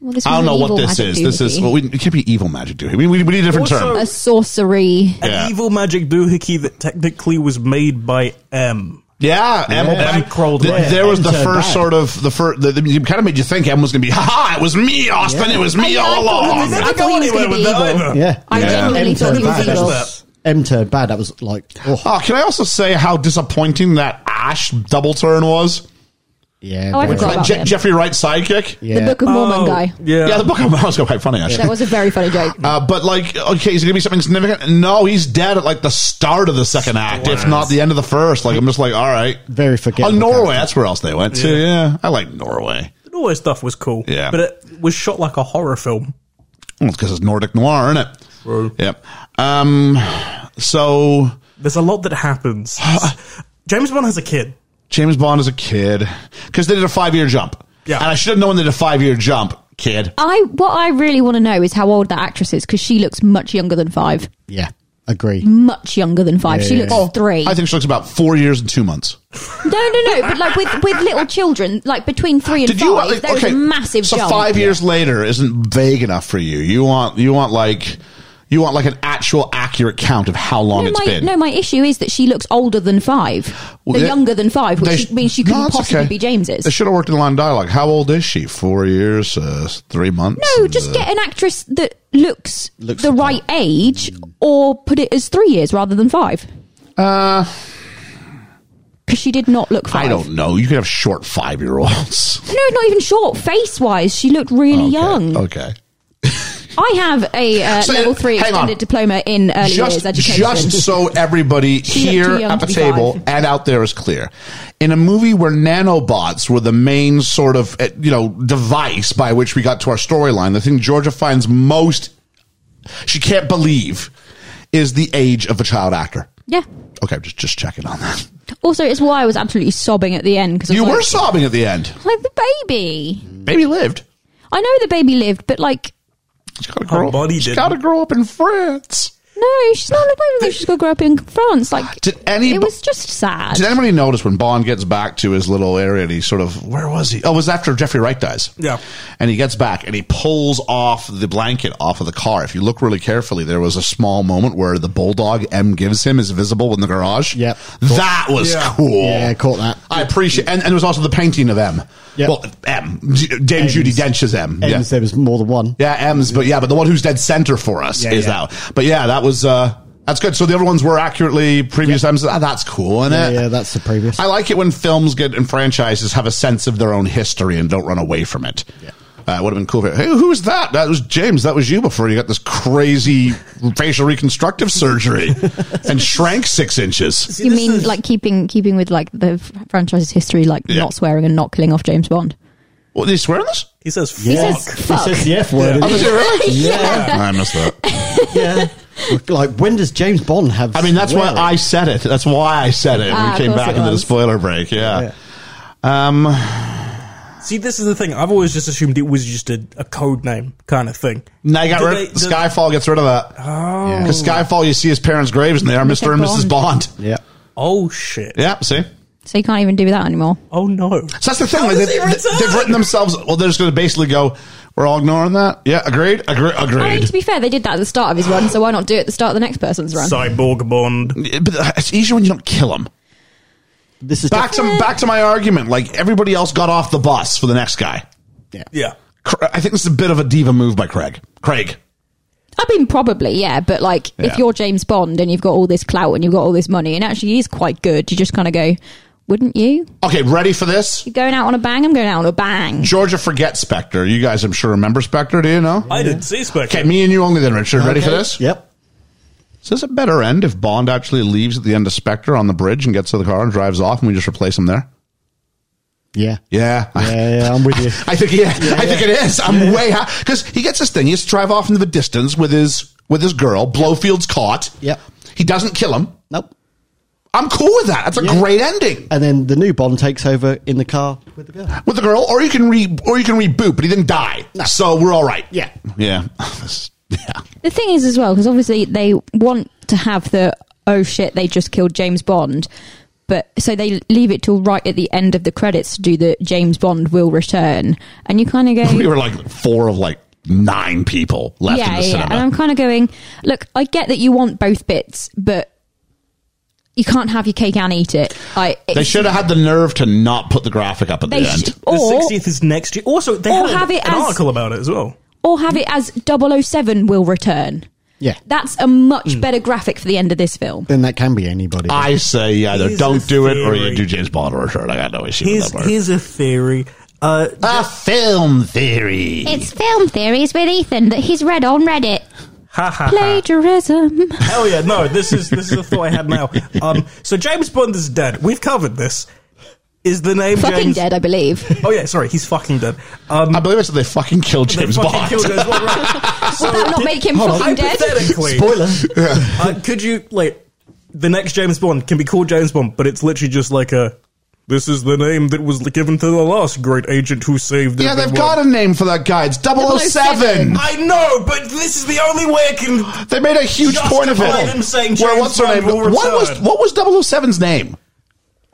Well, this
I don't
was
know
an
what
evil
this
magic
is. This is
doohickey.
well, we, it can't be evil magic doohickey. We, we, we need a different
Also-
term.
a sorcery.
An
Yeah.
evil magic doohickey that technically was made by M.
Yeah, M. M-
Bankrolled
th-
way.
there was the
Turned
first
back.
sort of the first. The, the, kind of made you think M was going to be. Ha ha! It was me, Austin.
Yeah.
It was me
I- I
all
thought he was-
along.
I thought he was gonna be evil.
Yeah.
I
Yeah.
genuinely
M
thought
turned
he was
bad. That
evil.
was, M turned bad. That was like. Oh,
Oh, can I also say how disappointing that Ash double turn was?
yeah.
Oh, I
very-
forgot. about
Je-
him.
Jeffrey Wright's sidekick.
The
Yeah.
Book of Mormon
Oh,
guy.
Yeah.
Yeah, the book of Mormon's quite funny actually.
That was a very funny joke.
Uh, but like, okay, is it gonna be something significant? No, he's dead at like the start of the second act, if not the end of the first. Like, I'm just like, all right,
Very
Oh,
forgettable.
Norway.
character.
That's where else they went to. Yeah, I like Norway.
And all this stuff was cool.
Yeah.
But it was shot like a horror film.
Well, it's because it's Nordic noir, isn't it? Yep. Um. So
There's a lot that happens. James Bond has a kid.
James Bond is a kid because they did a five year jump.
Yeah.
and I should have known they did a five year jump, kid.
I what I really want to know is how old that actress is because she looks much younger than five.
Yeah. Agree.
much younger than five. she
Oh.
looks three.
I think she looks about four years and two months.
no, no, no. But like with with little children, like between three and
Did you
five,
like,
there's
okay?
a massive
so
jump.
five years later isn't vague enough for you. You want you want like you want like an actual accurate count of how long
No
it's
my,
been.
no, my issue is that she looks older than five,
Well,
or
yeah,
younger than five, which
they-
she- means she
No,
couldn't
that's
possibly
okay.
be James's.
They should have worked in line dialogue. How old is she? Four years, uh, three months.
No,
and,
just
uh,
get an actress that looks,
Looks
the
the
right age,
Mm.
or put it as three years rather than five.
Uh,
Because she did not look five.
I don't know. You could have short five year olds.
No, not even short. Face wise, she looked really young.
Okay.
I have a uh,
So,
level three
hang on.
extended diploma in early years
Just,
education.
just so everybody
looked
here
too young
at the
to be
table
five.
and out there is clear. In a movie where nanobots were the main sort of, uh, you know, device by which we got to our storyline, the thing Georgia finds most she can't believe is the age of the child actor.
yeah.
Okay, just just checking on that.
Also, it's why I was absolutely sobbing at the end because
You
like,
were sobbing at the end.
like the baby.
Baby lived.
I know the baby lived, but like,
She's got to
Her
grow.
body
she's
didn't.
got to grow up in France.
no, she's not. I don't think she's gonna grow up in France. Like,
Did any-
It was just sad.
Did anybody notice when Bond gets back to his little area and he sort of where was he? Oh, it was after Jeffrey Wright dies.
Yeah.
And he gets back and he pulls off the blanket off of the car. If you look really carefully, there was a small moment where the bulldog M gives him is visible in the garage.
Yep.
That was
Yeah.
cool.
Yeah, caught that.
I appreciate and, and there was also the painting of M.
Yep.
Well M. J- Dame Judy Dench is M.
And
yeah.
there was more than one.
Yeah, M's, but yeah, but the one who's dead center for us
Yeah,
is
yeah.
that. But yeah, that was uh that's good. So the other ones were accurately previous M's. Ah, that's cool, isn't
Yeah,
it?
yeah, that's the previous.
I like it when films get and franchises have a sense of their own history and don't run away from it.
Yeah.
Uh, it would have been cool. If, it- hey, who was that? That was James. That was you before you got this crazy facial reconstructive surgery and shrank six inches.
you mean like keeping keeping with like the f- franchise's history, like
Yeah.
not swearing and not killing off James Bond?
What did he swear in this?
He says, fuck.
Yeah.
says fuck.
He says the F word.
Oh, did he really?
Yeah.
I missed that.
yeah. Like, when does James Bond have.
I mean, that's why I said it. That's why I said it.
Ah,
we
of
came
course
back
it
into the
was.
spoiler break.
Yeah.
Yeah.
See, this is the thing. I've always just assumed it was just a, a code name kind of thing.
Now you got
Did
rid.
they- did-
Skyfall gets rid of that.
Yeah.
Because Skyfall, you see his parents' graves, and they are Mr. and Mrs. Bond.
Yeah.
Oh, shit.
Yeah, see?
So you can't even do that anymore.
Oh, no.
So that's the thing.
How
Like
does
they,
he
they,
return?
have written themselves. Well, they're just going to basically go. We're all ignoring that. Yeah, agreed. Agre-
I mean,
agreed.
to be fair, they did that at the start of his run, so why not do it at the start of the next person's run?
Cyborg Bond.
but uh, it's easier when you don't kill them.
This is.
Back to back to my argument. Like everybody else got off the bus for the next guy.
yeah.
Yeah.
Cra- I think this is a bit of a diva move by Craig. Craig.
I mean, probably, yeah, but like
Yeah.
if you're James Bond and you've got all this clout and you've got all this money, and actually he's quite good, you just kind of go, wouldn't you?
Okay, ready for this?
You're going out on a bang, I'm going out on a bang.
Georgia, forget Spectre. You guys, I'm sure, remember Spectre. Do you know?
I didn't see Spectre.
Okay, me and you only then, Richard. Ready for
Okay.
this?
Yep.
Is this a better end if Bond actually leaves at the end of Spectre on the bridge and gets to the car and drives off, and we just replace him there?
Yeah.
Yeah.
Yeah, yeah, I'm with you.
I think yeah, I think it is. I'm way high because he gets this thing. He has to drive off into the distance with his with his girl. Blowfield's caught.
Yep.
He doesn't kill him.
Nope.
I'm cool with that. That's a
Yeah.
great ending
And then the new Bond takes over in the car with the girl.
with the girl, or you can re or you can reboot, but he didn't die, so we're all right.
Yeah.
yeah, This- yeah.
The thing is, as well, because obviously they want to have the oh shit, they just killed James Bond, but so they leave it till right at the end of the credits to do the James Bond will return, and you kind of go,
We were like four of like nine people left in the cinema.
And I'm kind of going, look, I get that you want both bits, but you can't have your cake and eat it. I
they should have had the nerve to not put the graphic up at
they
the end.
sh-
The
or
16th is next year. Also, they
Or
had
have it
an
as-
article about it as well.
or have it as 007 will return.
Yeah.
That's a much
Hmm.
better graphic for the end of this film.
Then that can be anybody.
I say you either
Here's
don't
the
do it or
theory.
you do James Bond or a shirt. I got no issue
Here's,
with that part.
here's a theory. Uh,
a film theory.
film theories with Ethan that he's read on Reddit.
ha ha ha.
Plagiarism.
Hell yeah, no, this is this is the thought I had now. Um, so James Bond is dead. We've covered this. Is the name
Fucking
James?
dead, I believe.
Oh yeah, sorry, he's fucking dead. Um,
I believe I said they fucking killed
they
James
fucking
Bond.
killed James Bond, right. So
Does that not
did-
make him fucking dead?
hypothetically,
Spoiler.
uh, could you like the next James Bond can be called James Bond, but it's literally just like a This is the name that was given to the last great agent who saved.
Yeah, they've got a name for that guy. It's 007.
007.
I know, but this is the only way I can.
They made a huge
Justify
point of it.
them saying
where
James
what's her name?
Bond will
What was
return.
what was 007's name?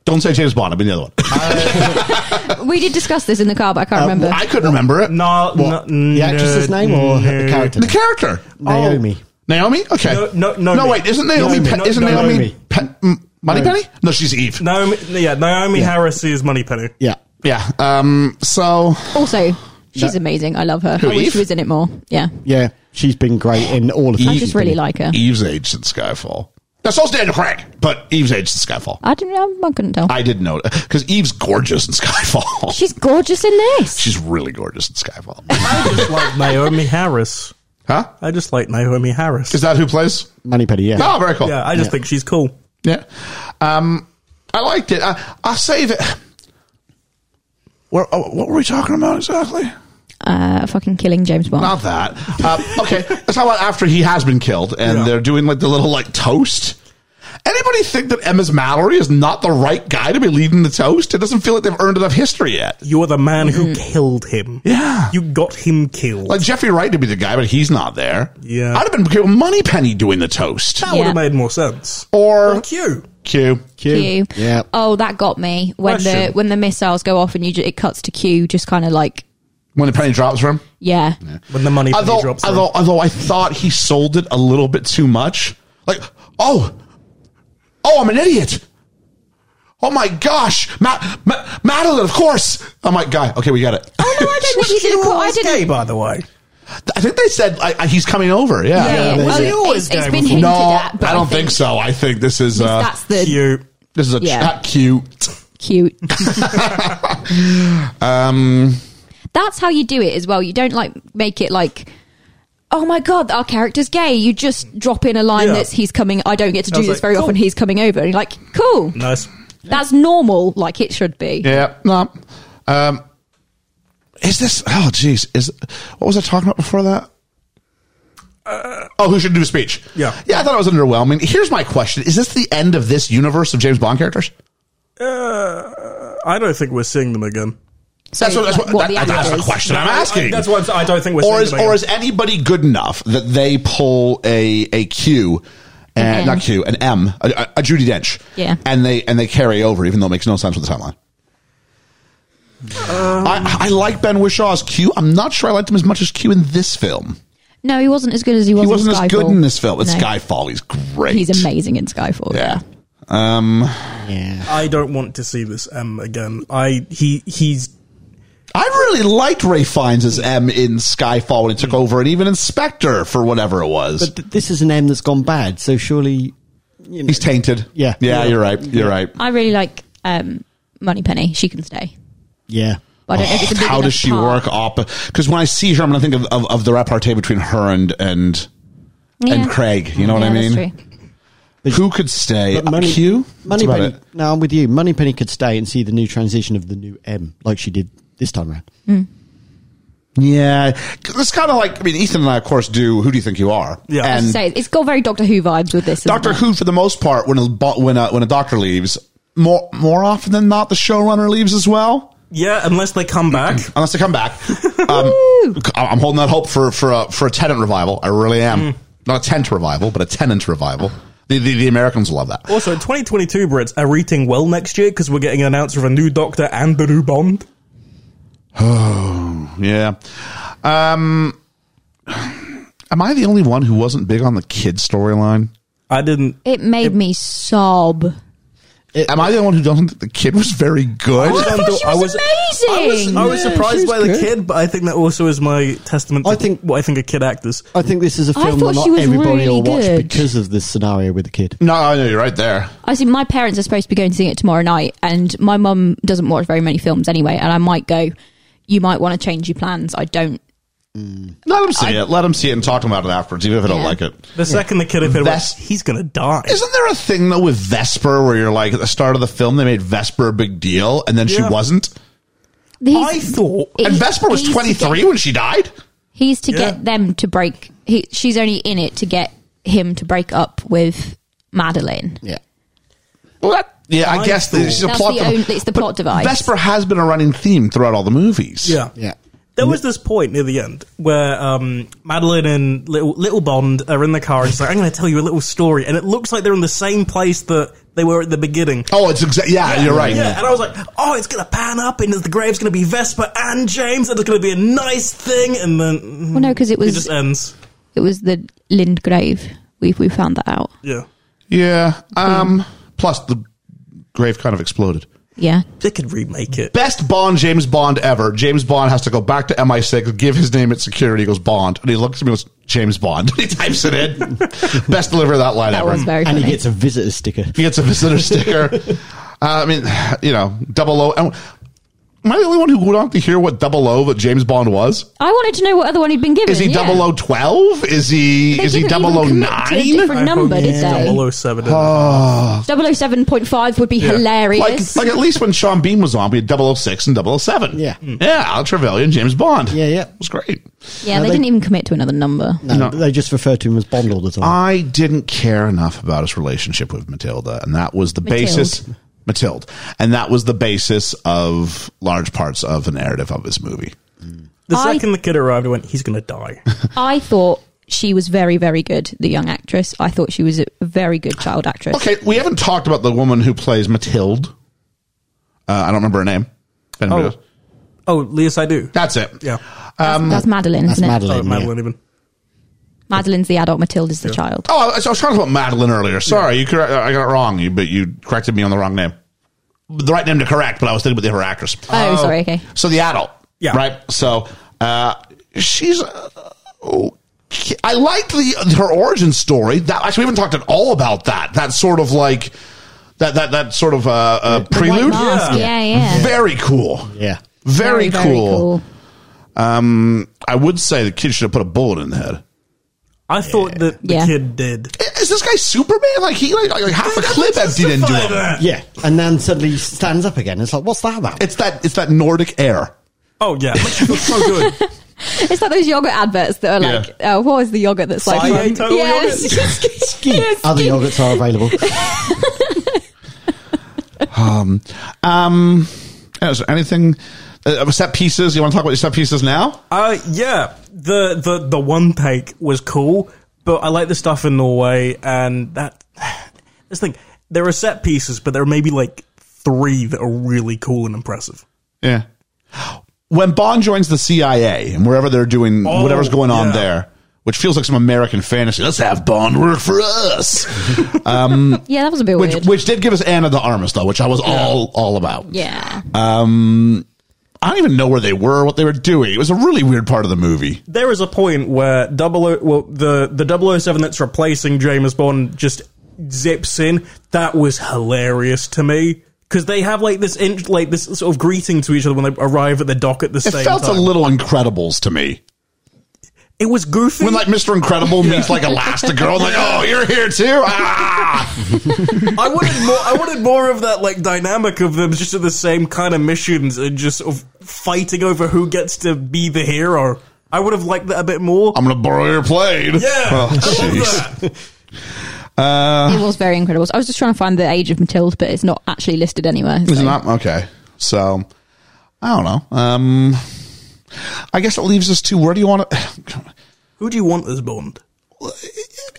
Don't say James Bond. I mean the other one.
We did discuss this in the car, but I can't remember.
I couldn't remember it.
No,
What?
no,
The actress's
no,
name or her- the
no.
character?
The character Oh.
Naomi.
Naomi. Okay.
No- no-
no.
Naomi.
wait, isn't Naomi?
Naomi.
Pe-
No-
isn't
no-
Naomi
Naomi.
Pen- M- Moneypenny? No, she's Eve.
Naomi, yeah, Naomi Harris is Moneypenny.
Yeah.
Yeah. Um. So
also, she's amazing. I love her. I wish
Eve?
she was in it more. Yeah.
Yeah. She's been great in all of
I
it.
just really like her.
Eve's aged in Skyfall. Now so's Daniel Craig, but Eve's aged in Skyfall.
I didn't. I, I couldn't tell.
I didn't know because Eve's gorgeous in Skyfall.
She's gorgeous in this.
She's really gorgeous in Skyfall.
I just like Naomi Harris.
huh?
I just like Naomi Harris.
Is that who plays?
Moneypenny, yeah.
Oh, very cool.
Yeah, I just think she's cool.
Yeah. Um, I liked it. I, I'll save it. Where, oh, what were we talking about exactly?
Uh, fucking killing James Bond.
Not that. Uh, okay. That's how about after he has been killed and
Yeah.
they're doing like the little like toast. Anybody think that Emma's Mallory is not the right guy to be leading the toast? It doesn't feel like they've earned enough history yet.
You're the man who killed him.
Yeah.
You got him killed.
Like Jeffrey Wright to be the guy, but he's not there.
Yeah.
I'd have been okay with Moneypenny doing the toast.
that would
Yeah.
have made more sense.
Or
Q.
Q.
Q.
Q.
Yeah.
Oh, that got me when
Question.
the when the missiles go off and you ju- it cuts to Q, just kind of like
When the penny drops for him.
yeah.
When the money penny
although,
drops.
although,
Although,
although I thought he sold it a little bit too much. Like, oh, oh, I'm an idiot. Oh my gosh, Ma- Ma- Madeline, of course. I'm like, guy, okay, we got it.
Oh no, I don't think she did. a- I didn't.
gay, by the way.
I think they said I, I- he's coming over. Yeah.
Yeah, yeah.
they
Well,
did.
it's-
always
it's
gay
been
before.
hinted
No,
at.
I
but
don't think, so. I think this is uh,
That's the
Q.
this is a
Yeah.
not cute.
cute.
Um,
That's how you do it as well. You don't like make it like. Oh my god, our character's gay. You just drop in a line
Yeah.
that's he's coming. I don't get to
I
do
was
this
like,
very
cool.
often. He's coming over. And you're like, cool.
Nice.
That's normal, like it should be.
yeah, no. Um, is this? Oh, jeez. Is what was I talking about before that? oh, who should do a speech?
Yeah.
yeah. I thought it was underwhelming. Here's my question: Is this the end of this universe of James Bond characters?
Uh, I don't think we're seeing them again.
So,
that's what, that's
like,
what, that-
the
that's
actor
the
is.
question I'm
I- I-
asking.
that's what I'm, I don't think we're
or
seeing
is
them again.
or is anybody good enough that they pull a a Q and
An
not
M.
Q an M a, a- a Judy Dench
Yeah.
and they and they carry over even though it makes no sense with the timeline. I, I like Ben Wishaw's Q. I'm not sure I liked him as much as Q in this film.
No, he wasn't as good as he was.
He wasn't
in
as good
Skyfall.
in this film. It's
No.
Skyfall. He's great.
He's amazing in Skyfall.
Yeah. Um,
Yeah.
I don't want to see this M again. I he he's
I really liked Ray Fiennes as M in Skyfall when he
Hmm.
took over, and even Inspector for whatever it was.
But th- this is an M that's gone bad, so surely. You know,
He's tainted.
Yeah.
Yeah,
Yeah.
you're right. You're right.
I really like um, Moneypenny. She can stay.
yeah.
But I don't know if it's a big
How
enough
does she
part.
work up? Because when I see her, I'm going to think of, of, of the repartee between her and and,
Yeah.
and Craig. You know what
Yeah,
I
that's
mean?
true.
Who could stay?
But Money,
Q? That's about
Moneypenny.
it.
No, I'm with you. Moneypenny could stay and see the new transition of the new M, like she did this time around.
Yeah. 'Cause It's kind of like, I mean, Ethan and I, of course, do Who Do You Think You Are?
Yeah. I was
And
So it's got very Doctor Who vibes with this.
Doctor
isn't it?
Who, for the most part, when a, bo- when a, when a doctor leaves, more, more often than not, the showrunner leaves as well.
yeah. Unless they come back,
unless they come back. Um, I- I'm holding that hope for for a, for a tenant revival. I really am.
Mm.
Not a tent revival, but a tenant revival. The the, the Americans love that.
Also, 2022 Brits are eating well next year because we're getting an announcement of a new Doctor and the new Bond.
Yeah. Um, am I the only one who wasn't big on the kid storyline?
I didn't.
It made me sob.
Am I the only one who doesn't think the kid was very good?
I thought she was
I was,
amazing.
I was
Yeah,
surprised
she was
by the
good.
kid, but I think that also is my testament. To
I think-
what I think of kid actors.
I think this is a
I
film
thought
that not
she was
everybody
really
will watch
good.
because of this scenario with the kid.
No, I know you're right there.
I see. My parents are supposed to be going to see it tomorrow night, and my mum doesn't watch very many films anyway. And I might go. You might want to change your plans. I don't.
Let him see it. Let him see it and talk to him about it afterwards, even if I don't
Yeah.
like it.
The second the kid appeared, I went,
That's-
he's gonna die.
Isn't there a thing though with Vesper where you're like at the start of the film they made Vesper a big deal and then she
Yeah.
wasn't?
He's-
I thought
And
He-
Vesper was
he's to
23 when she died.
He's to
Yeah.
get them to break. He, she's only in it to get him to break up with Madeline.
Yeah.
Well, that Yeah, I guess
thought-
this is a
That's
plot.
the
device.
only- it's the plot device.
Vesper has been a running theme throughout all the movies.
Yeah.
Yeah.
There was this point near the end where um, Madeline and little, little Bond are in the car and she's like, I'm going to tell you a little story. And it looks like they're in the same place that they were at the beginning.
Oh, it's exactly. Yeah, you're right.
Yeah, and I was like, oh, it's going to pan up and the grave's going to be Vesper and James and it's going to be a nice thing. And then mm-hmm.
Well, no, because it
it
was
just ends.
it was the Lind grave. We we found that out.
Yeah.
Yeah.
Hmm.
Um. Plus, the grave kind of exploded.
Yeah,
They could remake it.
Best Bond, James Bond ever. James Bond has to go back to MI6, give his name at security. He goes Bond, and he looks at me and goes James Bond. he types it in. Best deliver that line
that
ever.
was very
Um, And
funny.
he gets a visitor sticker.
he gets a visitor sticker. Uh, I mean, you know, double O. Am I the only one who would want to hear what double O that James Bond was?
I wanted to know what other one he'd been given.
Is he
yeah.
double O twelve? Is he
They
is he
didn't
double O
even commit to a
nine?
different number, did they?
007.
Oh.
Double O seven point five would be
Yeah.
hilarious.
Like, like at least when Sean Bean was on, we had 006 and 007.
Yeah.
Hmm. Yeah, Al Trevelyan, James Bond.
Yeah, yeah.
It was great.
yeah,
no,
they,
they-
didn't even commit to another number.
No, Uh, they just refer to him as Bond all the
Ah.
time.
I didn't care enough about his relationship with Matilda, and that was the
Matilde.
basis. Matilda, and that was the basis of large parts of the narrative of this movie.
The
I-
second the kid arrived, I went, he's going to die.
I thought she was very, very good. The young actress. I thought she was a very good child actress.
Okay, we haven't talked about the woman who plays Matilde. Uh, I don't remember her name. If anybody
Oh.
knows.
oh, yes, I do.
That's it.
Yeah.
That's, that's Madeline,
That's
isn't it?
Oh,
Madeline. yeah.
Madeline even.
Madeline's the adult. Matilda's the child.
Oh, I I was talking about Madeline earlier. Sorry, you correct, I got it wrong, you, but you corrected me on the wrong name. The right name to correct, but I was thinking about the other actress.
Oh, sorry. Okay.
So the adult.
Yeah.
Right. So uh, she's. Uh, okay. I liked the her origin story. That actually we haven't talked at all about that. That sort of like that that that sort of uh, uh,
The White
prelude.
Mask,
Yeah.
Yeah, yeah.
Very cool.
Yeah.
Very, cool. Um, I would say the kid should have put a bullet in the head.
I thought that the
Yeah.
kid did.
I- Is this guy Superman? Like he like, like half a clip emptied into him.
Yeah. And then suddenly he stands up again. It's like, what's that about?
It's that it's that Nordic air.
Oh yeah, which was so good.
It's like those yogurt adverts that are like, oh, what is the yogurt that's like?
Science
from-
total
yeah,
yogurt.
it's- yeah,
Uh,
Other
skin.
yogurts are available.
Um, is there anything uh, set pieces? You want to talk about your set pieces now?
Uh, yeah, the the the one take was cool, but I like the stuff in Norway and that. This thing, there are set pieces, but there are maybe like three that are really cool and impressive.
Yeah. When Bond joins the CIA and wherever they're doing
Oh,
whatever's going on
yeah.
there, which feels like some American fantasy. Let's have Bond work for us.
Yeah, that was a bit
which
weird.
which did give us Anna the Armist though, which I was all all about.
yeah.
I don't even know where they were, what they were doing. It was a really weird part of the movie.
There is a point where double O, well, the the 007 that's replacing James Bond just zips in. That was hilarious to me because they have like this in, like this sort of greeting to each other when they arrive at the dock at the
It
same
felt
time.
a little Incredibles to me.
it was goofy.
When like Mr. Incredible meets like Elastigirl, like, oh, you're here too? Ah!
I wanted more. I wanted more of that like dynamic of them just at the same kind of missions and just sort of fighting over who gets to be the hero. I would have liked that a bit more.
I'm gonna borrow your plane.
yeah,
Um, Oh,
I love
jeez. Uh,
that.
it was very incredible. I was just trying to find the age of Matilda, but it's not actually listed anywhere.
Is
so-
it not? Okay. So I don't know. Um I guess it leaves us to where do you want to
Who do you want as Bond?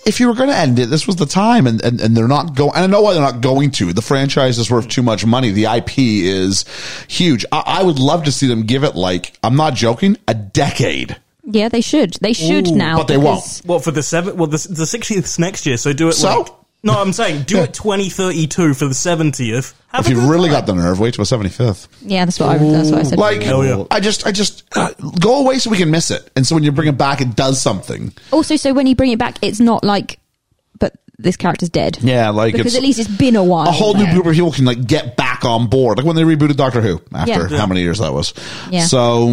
if you were going to end it, this was the time, and, and, and they're not going. I know why they're not going to. The franchise is worth too much money. The IP is huge. I, I would love to see them give it like I'm not joking, a decade.
Yeah, they should. They should
Ooh,
now.
but they won't.
because-
Well, for the seventh, well, the the sixtieth next year. So do it.
So?
like, no, I'm saying do it 2032 for the seventieth.
If you really got the nerve, wait till the 75th.
Yeah, that's what I, that's what I said.
Like,
Hell yeah.
I just, I just uh, go away so we can miss it. And so when you bring it back, it does something.
also, so when you bring it back, it's not like, but this character's dead.
Yeah, like it's-
because at least it's been a while.
a whole new group of people can like get back on board, like when they rebooted Doctor Who after
Yeah.
how many years that was.
Yeah.
So,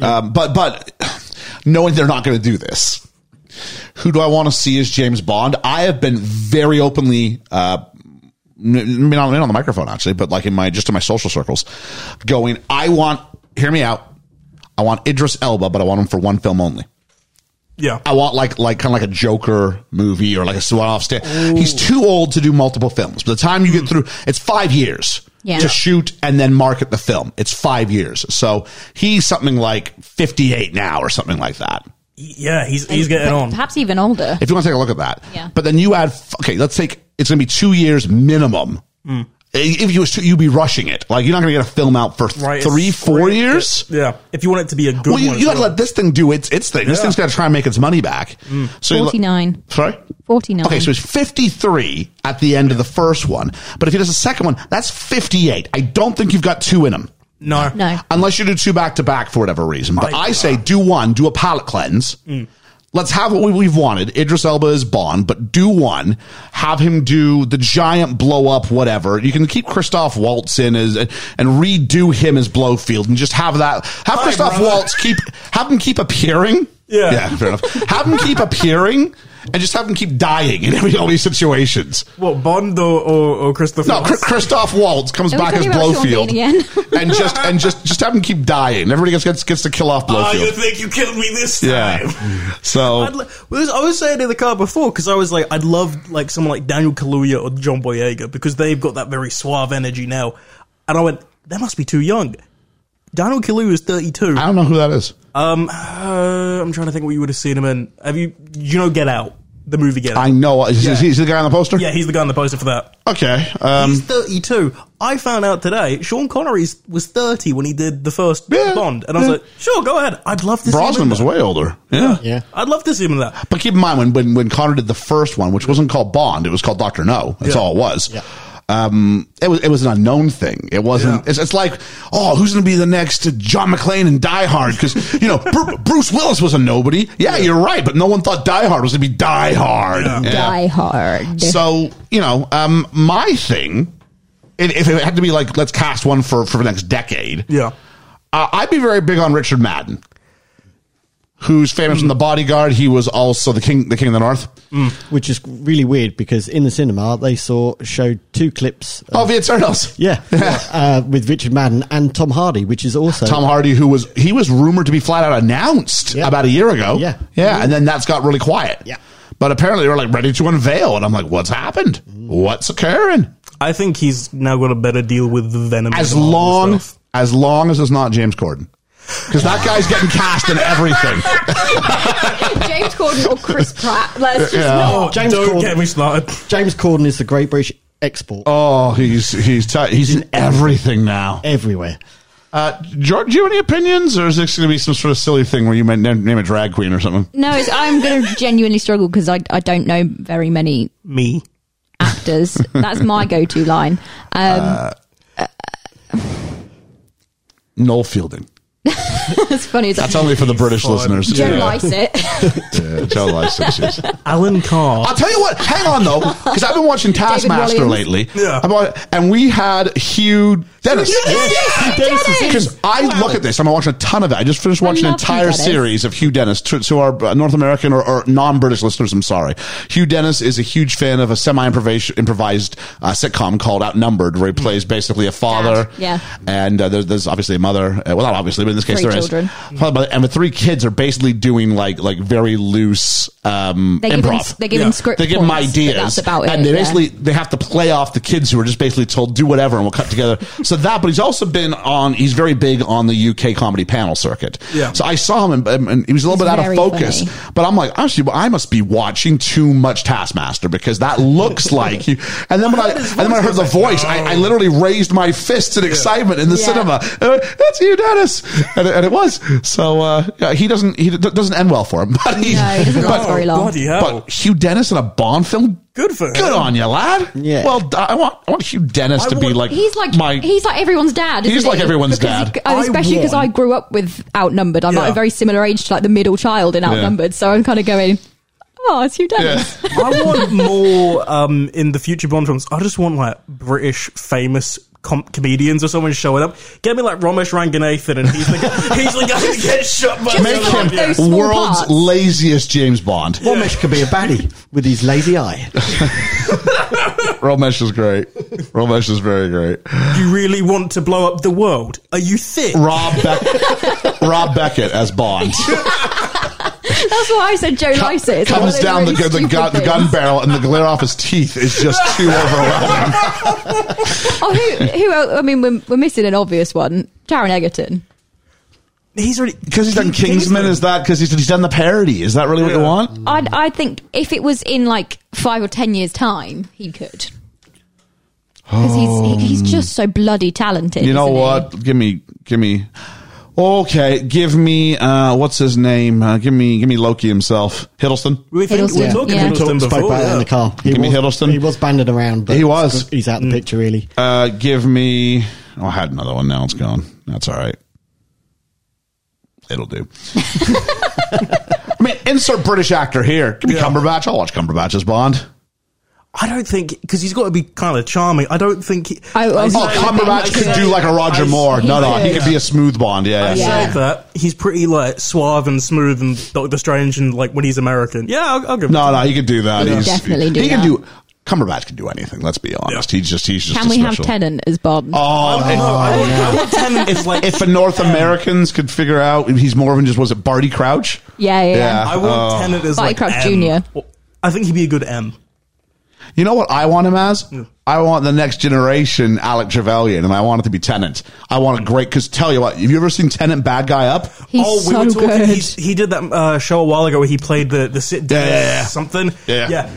um, but but knowing they're not going to do this, who do I want to see as James Bond? I have been very openly. Uh, n- n- not, not on the microphone actually, but like in my just in my social circles, going. I want. Hear me out. I want Idris Elba, but I want him for one film only.
Yeah.
I want like like kind of like a Joker movie or like a Swarovski. He's too old to do multiple films. By the time you
Hmm.
get through, it's five years
Yeah.
to shoot and then market the film. It's five years, so he's something like fifty eight now or something like that.
Yeah, he's he's getting on.
Perhaps even older.
If you want to take a look at that,
Yeah.
But then you add f- okay, let's take it's going to be two years minimum.
Hmm.
If you you'd be rushing it, like you're not going to get a film out for th-
Right, it's
three four
great.
years.
Yeah, if you want it to be a good
Well, you,
one,
you got
as
to let this thing do its its thing. This
Yeah. Hmm.
thing's got to try and make its money back. So you look-
49.
sorry.
49.
Okay, so it's 53 at the end of the first one. But if he does the second one, that's 58. I don't think you've got two in him.
no,
no.
Unless you do two back to back for whatever reason. But
My
I say do one, do a palate cleanse.
Mm.
Let's have what we- we've wanted. Idris Elba is Bond, but do one. Have him do the giant blow up, whatever. You can keep Christoph Waltz in as and redo him as Blowfield, and just have that. Have
Hi,
Christoph
brother.
Waltz keep have him keep appearing.
Yeah.
yeah, fair enough. Have him keep appearing, and just have him keep dying in every all these situations.
what Bond or or, or Christopher?
No, Chris- Christoph Waltz comes
Are we
back as
talking about Sean
Blowfield,
Bean again?
and just and just just have him keep dying. Everybody gets gets, gets to kill off
Ah, you
Blowfield.
think you killed me this time?
yeah. So
I'd li- well, I was saying in the car before because I was like, I'd love like someone like Daniel Kaluuya or John Boyega because they've got that very suave energy now. And I went, they must be too young. Daniel Kaluuya is thirty-two.
I don't know who that is.
Um, uh, I'm trying to think what you would have seen him in. Have you? You know, Get Out, the movie Get Out.
I know is, is he- is he the guy on the poster.
yeah, he's the guy on the poster for that.
Okay. Um,
He's 32. I found out today Sean Connery was 30 when he did the first
Yeah,
Bond, and I was
yeah.
like, sure, go ahead. I'd love to. see him
Brosnan
in
was
that.
way older. Yeah.
Yeah.
I'd love to see him in that.
But keep in mind when when when Connor did the first one, which wasn't called Bond, it was called Doctor No. That's
Yeah.
all it was.
Yeah.
Um, it was it was an unknown thing. It wasn't.
Yeah.
It's, it's like, oh, who's going to be the next John McClane in Die Hard? Because you know Bru- Bruce Willis was a nobody. Yeah, you're right, but no one thought Die Hard was going to be Die Hard. Yeah.
Die hard.
So you know, um, my thing, if if it had to be like, let's cast one for for the next decade.
Yeah.
Uh, I'd be very big on Richard Madden, who's famous from The Bodyguard. He was also the king, the king of the North.
Mm-hmm. Which is really weird because in the cinema they saw showed two clips.
Oh, the Eternals.
Yeah, uh, with Richard Madden and Tom Hardy, which is also
Tom Hardy, who was he was rumored to be flat out announced
Yeah.
about a year ago.
Yeah. Mm-hmm.
yeah, and then that's got really quiet.
Yeah.
but apparently they were like ready to unveil, and I'm like, what's happened?
Mm-hmm.
What's occurring?
I think he's now got a better deal with the Venom.
As
and all
long
that stuff.
as long as it's not James Corden, because that guy's getting cast in everything.
James Corden or Chris Pratt. Let's just
Yeah.
Oh,
not.
James
don't
Corden.
get me started.
James Corden is the Great British Export
Oh, he's he's t- he's in everything now.
everywhere.
Uh, George, do you have any opinions, or is this going to be some sort of silly thing where you might name, name a drag queen or something?
No, it's, I'm going to genuinely struggle because I, I don't know very many
Me.
actors. That's my go to line. Um,
Noel Fielding.
it's funny. It's like,
That's only for the British
Fun.
listeners.
Joe
Yeah.
Lycett.
Yeah, Joe Lycett, yes.
Alan Carr.
I'll tell you what. Hang on though, because I've been watching Taskmaster
Williams.
lately.
Yeah.
I'm on- and we had Hugh Dennis.
Yeah, yeah, yeah, Hugh Dennis.
Because I look at this, I'm watching a ton of it. I just finished
I
watching an
love Hugh
entire
Dennis.
series of Hugh Dennis. To, to our uh, North American or, or non-British listeners, I'm sorry. Hugh Dennis is a huge fan of a semi-improvised improvised, uh, sitcom called Outnumbered, where he plays basically a father.
Mm. Yeah.
And uh, there's, there's obviously a mother. Uh, well, not obviously, but in this case,
Three
there is.
children.
Father, mother, And the three kids are basically doing like like very loose um,
They give him,
improv.
they give him
Yeah.
script.
They give them
points, but
ideas,
That's about it.
and they
yeah.
basically they have to play off the kids who are just basically told do whatever, and we'll cut together. so that, but he's also been on. He's very big on the UK comedy panel circuit.
Yeah.
So I saw him, and, and he was a little
He's
bit out of
very
focus.
funny.
But I'm like, actually, well, I must be watching too much Taskmaster because that looks like you. And then when I,
heard his
and then when I heard
voice,
the
I was like, Oh.
voice, I, I
no.
literally raised my fists in excitement in the
Yeah.
cinema. And I went, That's you, Dennis, and, it- and it was. So uh, yeah, he doesn't he d- doesn't end well for him. But he,
No, it doesn't
but-
last very long.
Oh, Bloody hell.
but Hugh Dennis in a Bond film?
Good for
Good
him.
on you, lad.
Yeah.
Well, d- I want I want Hugh Dennis
I
to be
want-
like
He's like
my
he's like everyone's dad.
He's
isn't
like
he?
everyone's
Because
dad.
he- especially because
I
I
want-
grew up with outnumbered. I'm like
Yeah.
a very similar age to like the middle child in outnumbered, so I'm kind of going, oh, it's Hugh
Yeah.
Dennis.
I want more um, in the future Bond films. I just want like British famous com- comedians or someone showing up. Get me like Ramesh Ranganathan, and he's the guy, he's the guy who gets shot by
Just
make
like
him
those small
world's
parts.
laziest James Bond.
Romesh could be a baddie with his lazy eye.
Romesh is great. Romesh is very great.
You really want to blow up the world? Are you thick?
Rob Beck- Rob Beckett as Bond
That's why I said Joe Lycett. It's one of
comes
those
down the,
really
gu- the,
stupid
gun, the
things.
gun barrel, and the glare off his teeth is just too overwhelming.
Oh, who? Who? el- I mean, we're, we're missing an obvious one. Taron Egerton.
He's really
Because he's done Kingsman, is that because he's, he's done the parody? Is that really what you
Yeah.
want?
I I think if it was in like five or ten years' time, he could. Because he's he, he's just so bloody talented.
Um, You know
isn't he?
what? Give me, give me. Okay, give me. Uh, what's his name? Uh, give me, give me Loki himself, Hiddleston.
We think
Hiddleston,
we're talking
yeah.
yeah.
We
Talked-
Hiddleston
spoke
before.
about it
yeah.
in the car.
Jimmy
was,
Hiddleston?
He was banded around, but
He was.
He's out the picture, really.
Uh, give me. Oh, I had another one. Now it's gone. That's all right. It'll do. I mean, insert British actor here. Give me
Yeah.
Cumberbatch. I'll watch Cumberbatch as Bond.
I don't think because he's got to be kind of charming. I don't think. He,
I- I was
Oh,
Yeah.
Cumberbatch could do like a Roger
I-
Moore. No, no, he
could.
could be a smooth Bond. Yeah,
Oh, yeah.
yeah.
said that he's pretty like suave and smooth and Doctor Strange and like when he's American. Yeah, I'll, I'll give. him
No, no, he could do that.
Yeah.
He's,
Definitely do
he
that.
can do. Cumberbatch can do anything. Let's be honest. He's just he's just.
Can
a
we have
special-
Tennant as Bond?
Oh,
that. No, I think I want Tennant is like
if the North Americans could figure out, he's more than just was it Barty Crouch?
yeah, yeah. yeah.
yeah.
I want Tennant as
Barty
like
Crouch
M.
Jr..
Or- I think he'd be a good M.
You know what I want him as? I want the next generation Alec Trevelyan, and I want it to be Tennant. I want a great because tell you what, have you ever seen Tennant bad guy up?
He's
oh, we
so
were talking.
good.
He, he did that uh, show a while ago where he played the the sit
Yeah, yeah, yeah.
something.
Yeah.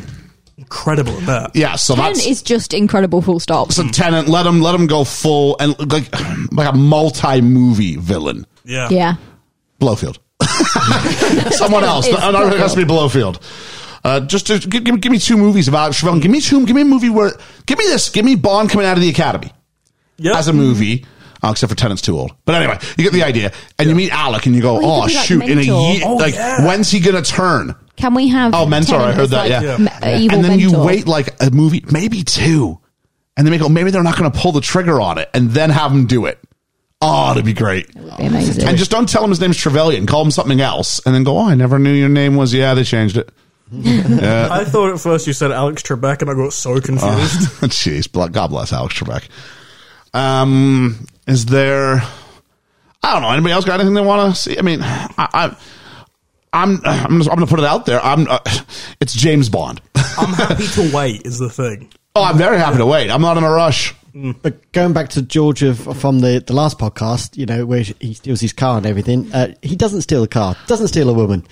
incredible. at That.
Yeah, so
Tennant
that's
is just incredible. Full stop.
so Tennant. Let him let him go full and like like a multi movie villain.
yeah,
yeah.
Blowfield. Someone else.
It's
I don't think it has to be Blowfield. Uh, just to, give, give, give me two movies of Alex Trevelyan. Give me two. Give me a movie where. Give me this. Give me Bond coming out of the Academy.
Yeah.
as a movie. Uh, except for Tenant's too old. But anyway, you get the idea. And you meet Alec and you go,
he
oh,
could be, like,
shoot, in a
mentor."
year,
Oh,
like,
yeah.
when's he going to turn?
Can we have?
Oh, mentor.
Tennant
I heard
as,
that.
like,
yeah.
me- uh, evil
And then you
mentor?
wait like a movie, maybe two. And then they go, maybe they're not going to pull the trigger on it and then have him do it. Oh, that'd be great.
Would be amazing.
And just don't tell him his name's Trevelyan. Call him something else, and then go. Oh, I never knew your name was. Yeah, they changed it.
I thought at first you said Alex Trebek, and I got so
Oh.
confused.
Jeez, bl- God bless Alex Trebek. Um, is there? I don't know. Anybody else got anything they want to see? I mean, I, I, I'm I'm just, I'm going to put it out there. I'm uh, it's James Bond.
I'm happy to wait. Is the thing.
oh, I'm very happy to wait. I'm not in a rush.
But going back to George of, from the, the last podcast, you know, where he steals his car and everything, uh, he doesn't steal a car, doesn't steal a woman.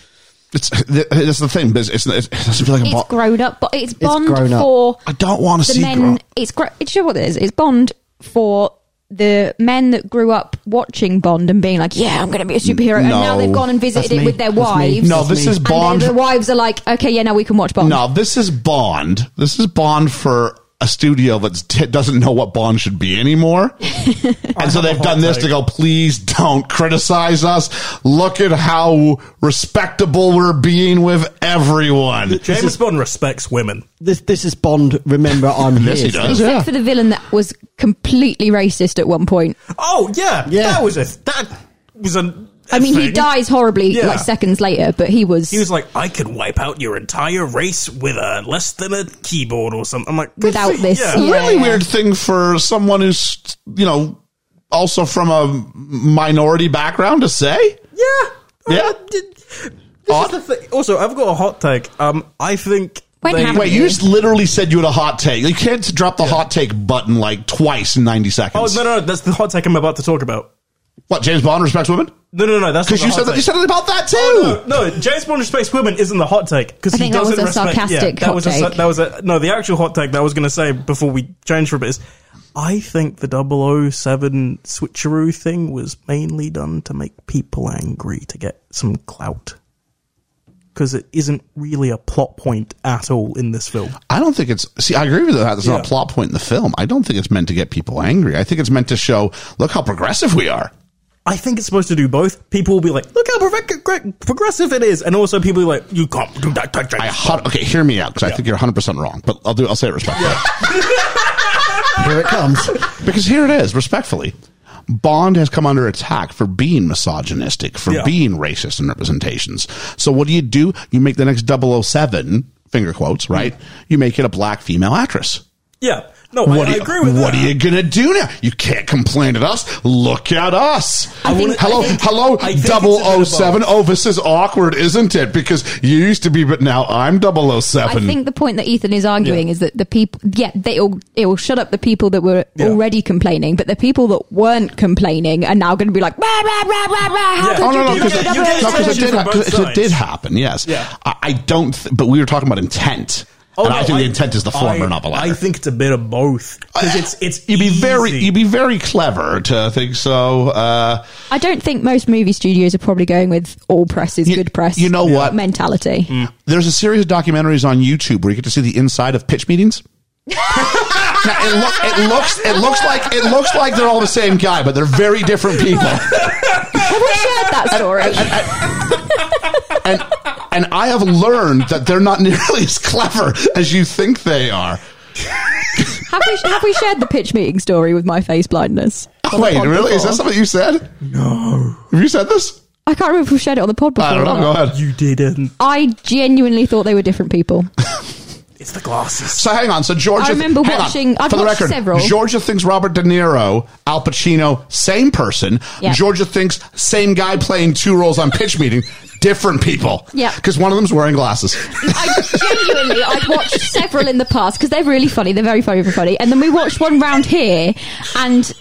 It's th- that's the thing. It's, it's, it doesn't feel like a
It's
Bond.
grown up, but it's Bond
grown up.
for
I don't want to
the
see.
men.
gro-
It's gr- it's sure what it is. It's Bond for the men that grew up watching Bond and being like, "Yeah, I'm going to be a superhero," and
No.
now they've gone and
That's
visited
me.
it with their
That's me.
wives.
no, this is Bond.
And their wives are like, "Okay, yeah, now we can watch Bond."
No, this is Bond. This is Bond for a studio that t- doesn't know what Bond should be anymore. and so they've done this to go, please don't criticize us. Look at how respectable we're being with everyone.
James Bond respects women.
This this is Bond. Remember, I'm here.
Yes, he does.
Except for the villain that was completely racist at one point.
Oh yeah,
Yeah.
That was a that was a.
I mean, he dies horribly
Yeah.
like seconds later, but he was,
He was like, I could wipe out your entire race with a less than a keyboard or something. I'm like, good
Without
for-
this,
yeah.
yeah.
really weird thing for someone who's, you know, also from a minority background to say.
Yeah.
Yeah.
Uh, did- This
Odd.
is the thing. Also, I've got a hot take. Um, I think.
When
they-
happened-
Wait, you just literally said you had a hot take. You can't drop the hot take button like twice in 90
Oh
seconds.
no, no, no, that's the hot take I'm about to talk about.
What, James Bond respects women?
No, no, no, that's
Because
not
you
the
said
hot
that, you
take. Oh,
said it about that too.
No, no, James Bond respects women isn't the hot take because
I
he
think that was
doesn't
a
respect.
sarcastic
yeah, that
hot
was a, sa-
take.
that was a no. The actual hot take that I was going to say before we change for a bit is, I think the 007 switcheroo thing was mainly done to make people angry to get some clout because it isn't really a plot point at all in this film.
I don't think it's. See, I agree with that. It's not
Yeah.
a plot point in the film. I don't think it's meant to get people angry. I think it's meant to show, look how progressive we are.
I think it's supposed to do both. People will be like, "Look how progre- gre- progressive it is," and also people will be like, "You can't do that." to James
I hu- okay, hear me out because I think you're 100 percent wrong. But I'll do. I'll say it respectfully
Here it comes.
because here it is, respectfully. Bond has come under attack for being misogynistic, for
Yeah.
being racist in representations. So what do you do? You make the next 007 finger quotes, right? You make it a black female actress.
Yeah. No,
What,
Mm. I, I
do you,
agree with
what
that.
are you gonna do now? You can't complain at us. Look at us.
I think-
hello,
I think-
hello,
I think it's a bit of
double
both.
007. Oh, this is awkward, isn't it? Because you used to be, but now I'm 007.
I think the point that Ethan is arguing
Yeah.
is that the people, yeah, they all it will shut up the people that were
Yeah.
already complaining, but the people that weren't complaining are now going to be like, rah, rah, rah, rah, rah, how
Yeah.
could
Oh no, no,
you
You
do
because
get-
that?"
you get
no, 'cause it
attention
did,
from
ha-
both
'cause it
sides.
did happen. Yes,
Yeah.
I, I don't. Th- but we were talking about intent, and I
Oh, no,
think the intent is the former, not the latter.
I think it's a bit of both because it's it's
you'd be very
easy.
you'd be very clever to think so. Uh,
I don't think most movie studios are probably going with all press is
You-
good press.
you know what? Mm.
mentality?
there's a series of documentaries on YouTube where you get to see the inside of pitch meetings. Now, it, look, it looks it looks like it looks like they're all the same guy, but they're very different people.
Have we shared that story?
And and I have learned that they're not nearly as clever as you think they are.
have we have we shared the pitch meeting story with my face blindness? on the
Oh, Wait,
pod
really? Is
before?
that something you said? No. Have you said this?
I can't remember if we shared it on the pod before.
I don't
or
know.
not.
Go ahead.
You didn't.
I genuinely thought they were different people.
It's the glasses.
So hang on. So Georgia.
I remember
hang on.
watching- I've
For the
watched
record,
several.
Georgia thinks Robert De Niro, Al Pacino, same person.
Yeah.
Georgia thinks same guy playing two roles on pitch meeting, different people.
Yeah.
Because one of them's wearing glasses.
I genuinely, I've watched several in the past because they're really funny. They're very funny, very funny. And then we watched one round here, and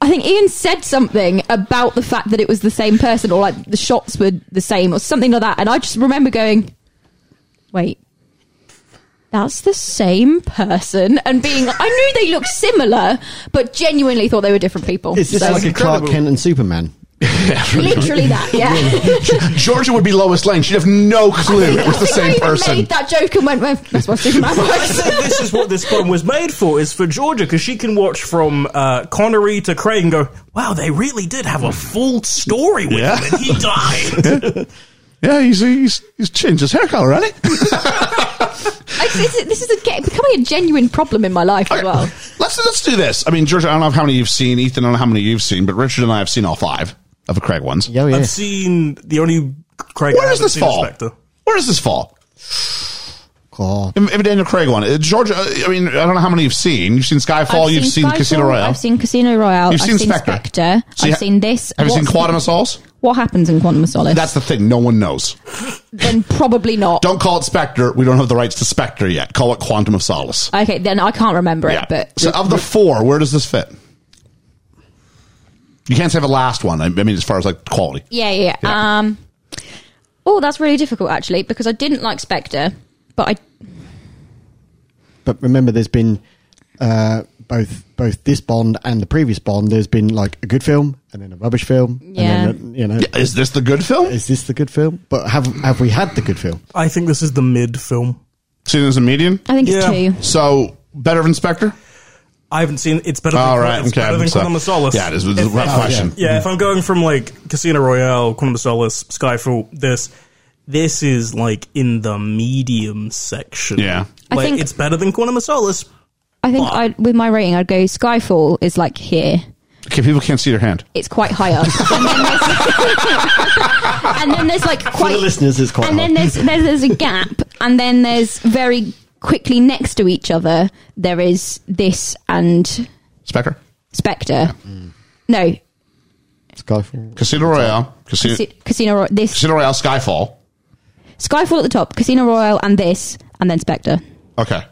I think Ian said something about the fact that it was the same person, or like the shots were the same, or something like that. And I just remember going, "Wait." That's the same person, and being. I knew they looked similar, but genuinely thought they were different people.
It's just
So-
like a Clark
incredible.
Kent and Superman.
literally that, yeah.
Georgia would be Lois Lane. She'd have no clue it was the
I
same
even
person.
Made that joke and went, well, "That's what Superman
I
was."
think this is what this film was made for. Is for Georgia because she can watch from uh, Connery to Craig and go, "Wow, they really did have a full story with
Yeah.
him, and he died."
Yeah, he's, he's he's changed his hair color, hasn't he?
It's, it's, this is a, get, becoming a genuine problem in my life as
Okay.
well.
Let's let's do this. I mean, Georgia, I don't know how many you've seen. Ethan, I don't know how many you've seen, but Richard and I have seen all five of the Craig ones.
Yeah, yeah.
I've seen the only Craig. I
Where does
haven't
this
seen
fall?
is Spectre.
Where does this fall?
God.
If, if Daniel Craig won, it, Georgia. uh, I mean, I don't know how many you've seen. You've seen Skyfall.
I've
you've seen,
Skyfall,
Casino Royale.
I've seen Casino Royale.
You've
I've
seen
seen
Spectre.
Spectre.
So you
I've
ha-
seen this.
Have you seen
What's
Quantum of
the-
Solace?
What happens in Quantum of Solace?
That's the thing. No one knows.
then probably not.
Don't call it Spectre. We don't have the rights to Spectre yet. Call it Quantum of Solace.
Okay, then I can't remember
yeah.
it. But
so of the four, where does this fit? You can't say the last one. I I mean, as far as like quality.
yeah, yeah. yeah.
Yeah.
Um. Oh, that's really difficult actually because I didn't like Spectre, but I
But remember, there's been uh, both both this Bond and the previous Bond. There's been like a good film and then a rubbish film.
Yeah.
And then, uh, you know,
Is this the good film?
is this the good film? But have have we had the good film?
I think this is the mid film.
Seen as a median.
I think it's
Yeah.
two.
So better than Spectre.
I haven't seen. It's better.
All
than,
right.
It's
Okay.
better than
so-
Quantum of Solace.
yeah, it is. It's a
If-
rough
if-
question.
Yeah, if I'm going from like Casino Royale, Quantum of Solace, Skyfall, this, this is like in the medium section.
Yeah.
I
like
think-
it's better than Quantum of Solace.
I think
Fuck.
I with my rating I'd go Skyfall is like here.
Okay, people can't see their hand.
It's quite high up. And then there's, and then there's like
For
quite
the listeners, it's quite.
and then
hard.
there's, there's there's a gap, and then there's very quickly next to each other there is this and
Spectre.
Spectre. No,
Skyfall.
Casino Royale. Casino,
Casi- Casino Royale. This
Casino Royale. Skyfall.
Skyfall at the top, Casino Royale, and this, and then Spectre.
Okay.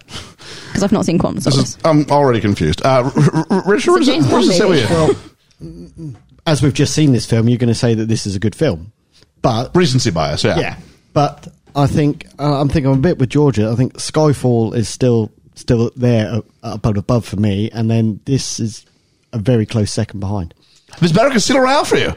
Because I've not seen Quantum
This
Solace.
is, I'm already confused. Uh, R- R- R- Richard, what does
It's a
it-
James
what does it
Bond
say with
movie.
you?
As we've just seen this film, you're going to say that this is a good film, but
Recency bias, yeah.
yeah, but I think uh, I'm thinking I'm a bit with Georgia. I think Skyfall is still still there uh, up and above for me, and then this is a very close second behind.
It's better Casino Royale for you.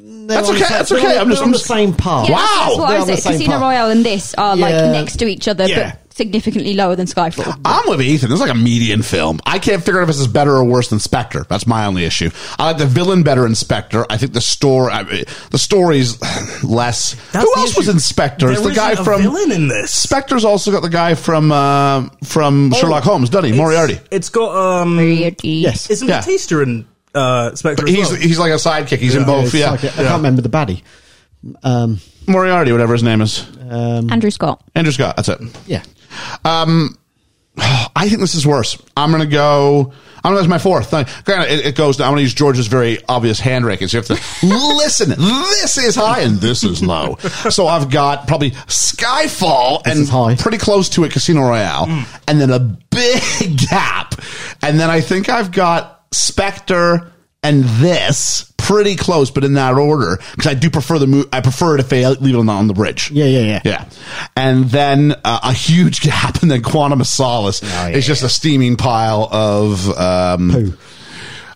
That's okay, that's okay, I'm just-
on
I'm
the
just-
same path.
Yeah,
Wow.
that's what
They're
I
on the
was
same
saying. Casino
path.
Royale and this are
Yeah.
like next to each other,
Yeah.
but significantly lower than Skyfall.
I'm with Ethan. It's like a median film. I can't figure out if this is better or worse than Spectre. That's my only issue. I like the villain better in Spectre. I think the story, I mean, the story's less.
That's
Who
the
else was
issue.
in Spectre? It's
There
the guy
isn't a
from
villain in this.
Spectre's also got the guy from uh, from Sherlock Holmes, doesn't he?
Oh. It's-
Moriarty.
It's got um.
Yes.
Isn't
Yeah.
Batista in uh, Spectre? as
He's
well?
he's like a sidekick. He's in
Yeah,
both.
it's
Yeah,
like- I can't remember the baddie. Um,
Moriarty, whatever his name is.
Andrew Scott.
Andrew Scott, that's it.
yeah.
I think this is worse. I'm going to go. I'm going to go my fourth. Now, Granted, it, it goes. I'm going to use George's very obvious hand raking. So you have to listen. This is high and this is low. so I've got probably Skyfall
is high. Mm.
and pretty close to it, Casino Royale, and then a big gap. And then I think I've got Spectre and this pretty close, but in that order because I do prefer the mo- I prefer it if they leave it on the, on the bridge.
Yeah, yeah, yeah.
Yeah. And then uh, a huge gap, and then Quantum of Solace
Oh,
is just a steaming pile of um,
Poo.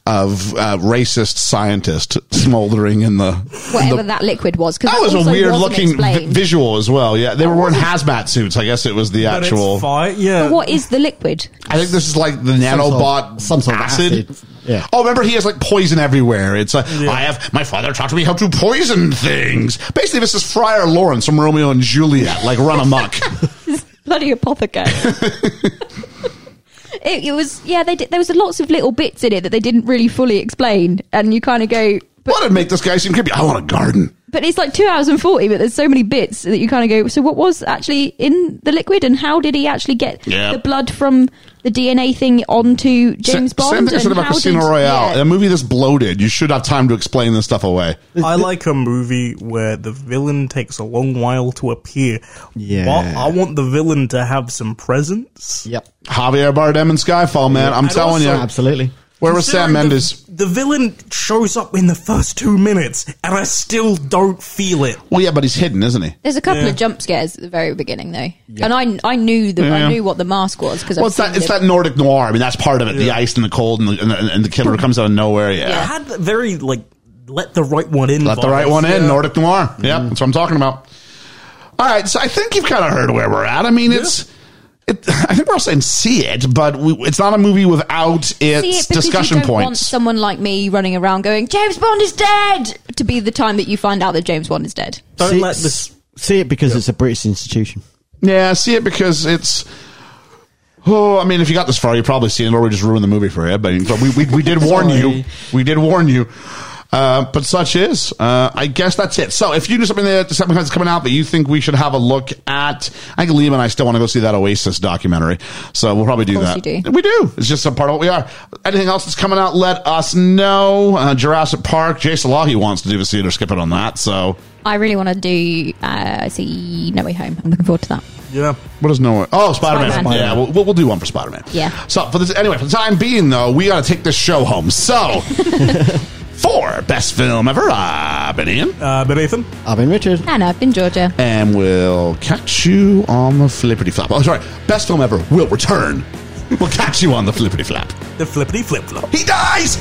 of uh, racist scientists smoldering in the.
Whatever that liquid was. 'cause
That was a
also
weird
wasn't
looking vi-
explained.
visual as well. Yeah, they were wearing hazmat suits. I guess it was the
But it's
actual.
fine, yeah.
What is the liquid?
I think this is like the
sort of-
nanobot
some sort of acid. Yeah.
Oh, remember he has like poison everywhere. It's like
Yeah.
I have my father taught me how to poison things. Basically, this is Friar Lawrence from Romeo and Juliet, like run amok.
bloody apothecary. it, it was yeah. They did, there was lots of little bits in it that they didn't really fully explain, and you kind of go, but,
what would make this guy seem creepy? I want a garden.
but it's like two hours and forty. But there's so many bits that you kind of go. So what was actually in the liquid, and how did he actually get
Yeah.
the blood from the DNA thing onto James
Sa-
Bond?
Same thing I said
and
about
how
Casino
did-
Royale.
yeah.
In a movie that's bloated, you should have time to explain this stuff away.
I like a movie where the villain takes a long while to appear.
Yeah.
But I want the villain to have some presence.
Yep.
Javier Bardem in Skyfall, man. I'm
And
telling
also-
you.
Absolutely.
Where was Sam
Considering the-
Mendes?
The, villain shows up in the first two minutes, and I still don't feel it.
Well, yeah, but he's hidden, isn't he?
There's a couple
Yeah.
of jump scares at the very beginning though, and I I knew that
Yeah.
I knew what the mask was because
Well, it's that, it's that Nordic noir. I mean, that's part of it. The ice and the cold and the, and the, and the killer comes out of nowhere. Yeah.
I had that very like let the right one in.
Let the
vibes.
right one in.
Yeah.
Nordic noir. Yeah, that's what I'm talking about. All right, so I think you've kind of heard where we're at. I mean, it's. It, I think we're all saying see it, but we, it's not a movie without
see
its
it because
discussion
you don't want
points.
someone like me running around going James Bond is dead to be the time that you find out that James Bond is dead.
Don't
see,
let this.
see it because it's a British institution.
Yeah, see it because it's. Oh, I mean, if you got this far, you probably seen it, or we just ruined the movie for you. But, but we, we, we did warn you.
Sorry.
We did warn you. Uh, but such is. Uh, I guess that's it. So if you do something that something that's coming out that you think we should have a look at, I think Liam and I still want to go see that Oasis documentary. So we'll probably do
course
that.
you do.
We do. It's just a part of what we are. Anything else that's coming out, let us know. Uh, Jurassic Park. Jay Salahi wants to do a see it or skip it on that. So
I really want to do uh, see No Way Home. I'm looking forward to that.
Yeah.
What is no? Oh, Spider Man.
Spider-Man.
Yeah, we'll, we'll do one for Spider Man.
Yeah.
So for this, anyway, for the time being though, we got to take this show home. So for best film ever, I've been Ian,
Uh, but Ethan,
I've been Richard.
And I've been Georgia.
and we'll catch you on the flippity flop. Oh, sorry, best film ever will return. We'll catch you on the flippity flap.
the flippity flip flop.
He dies.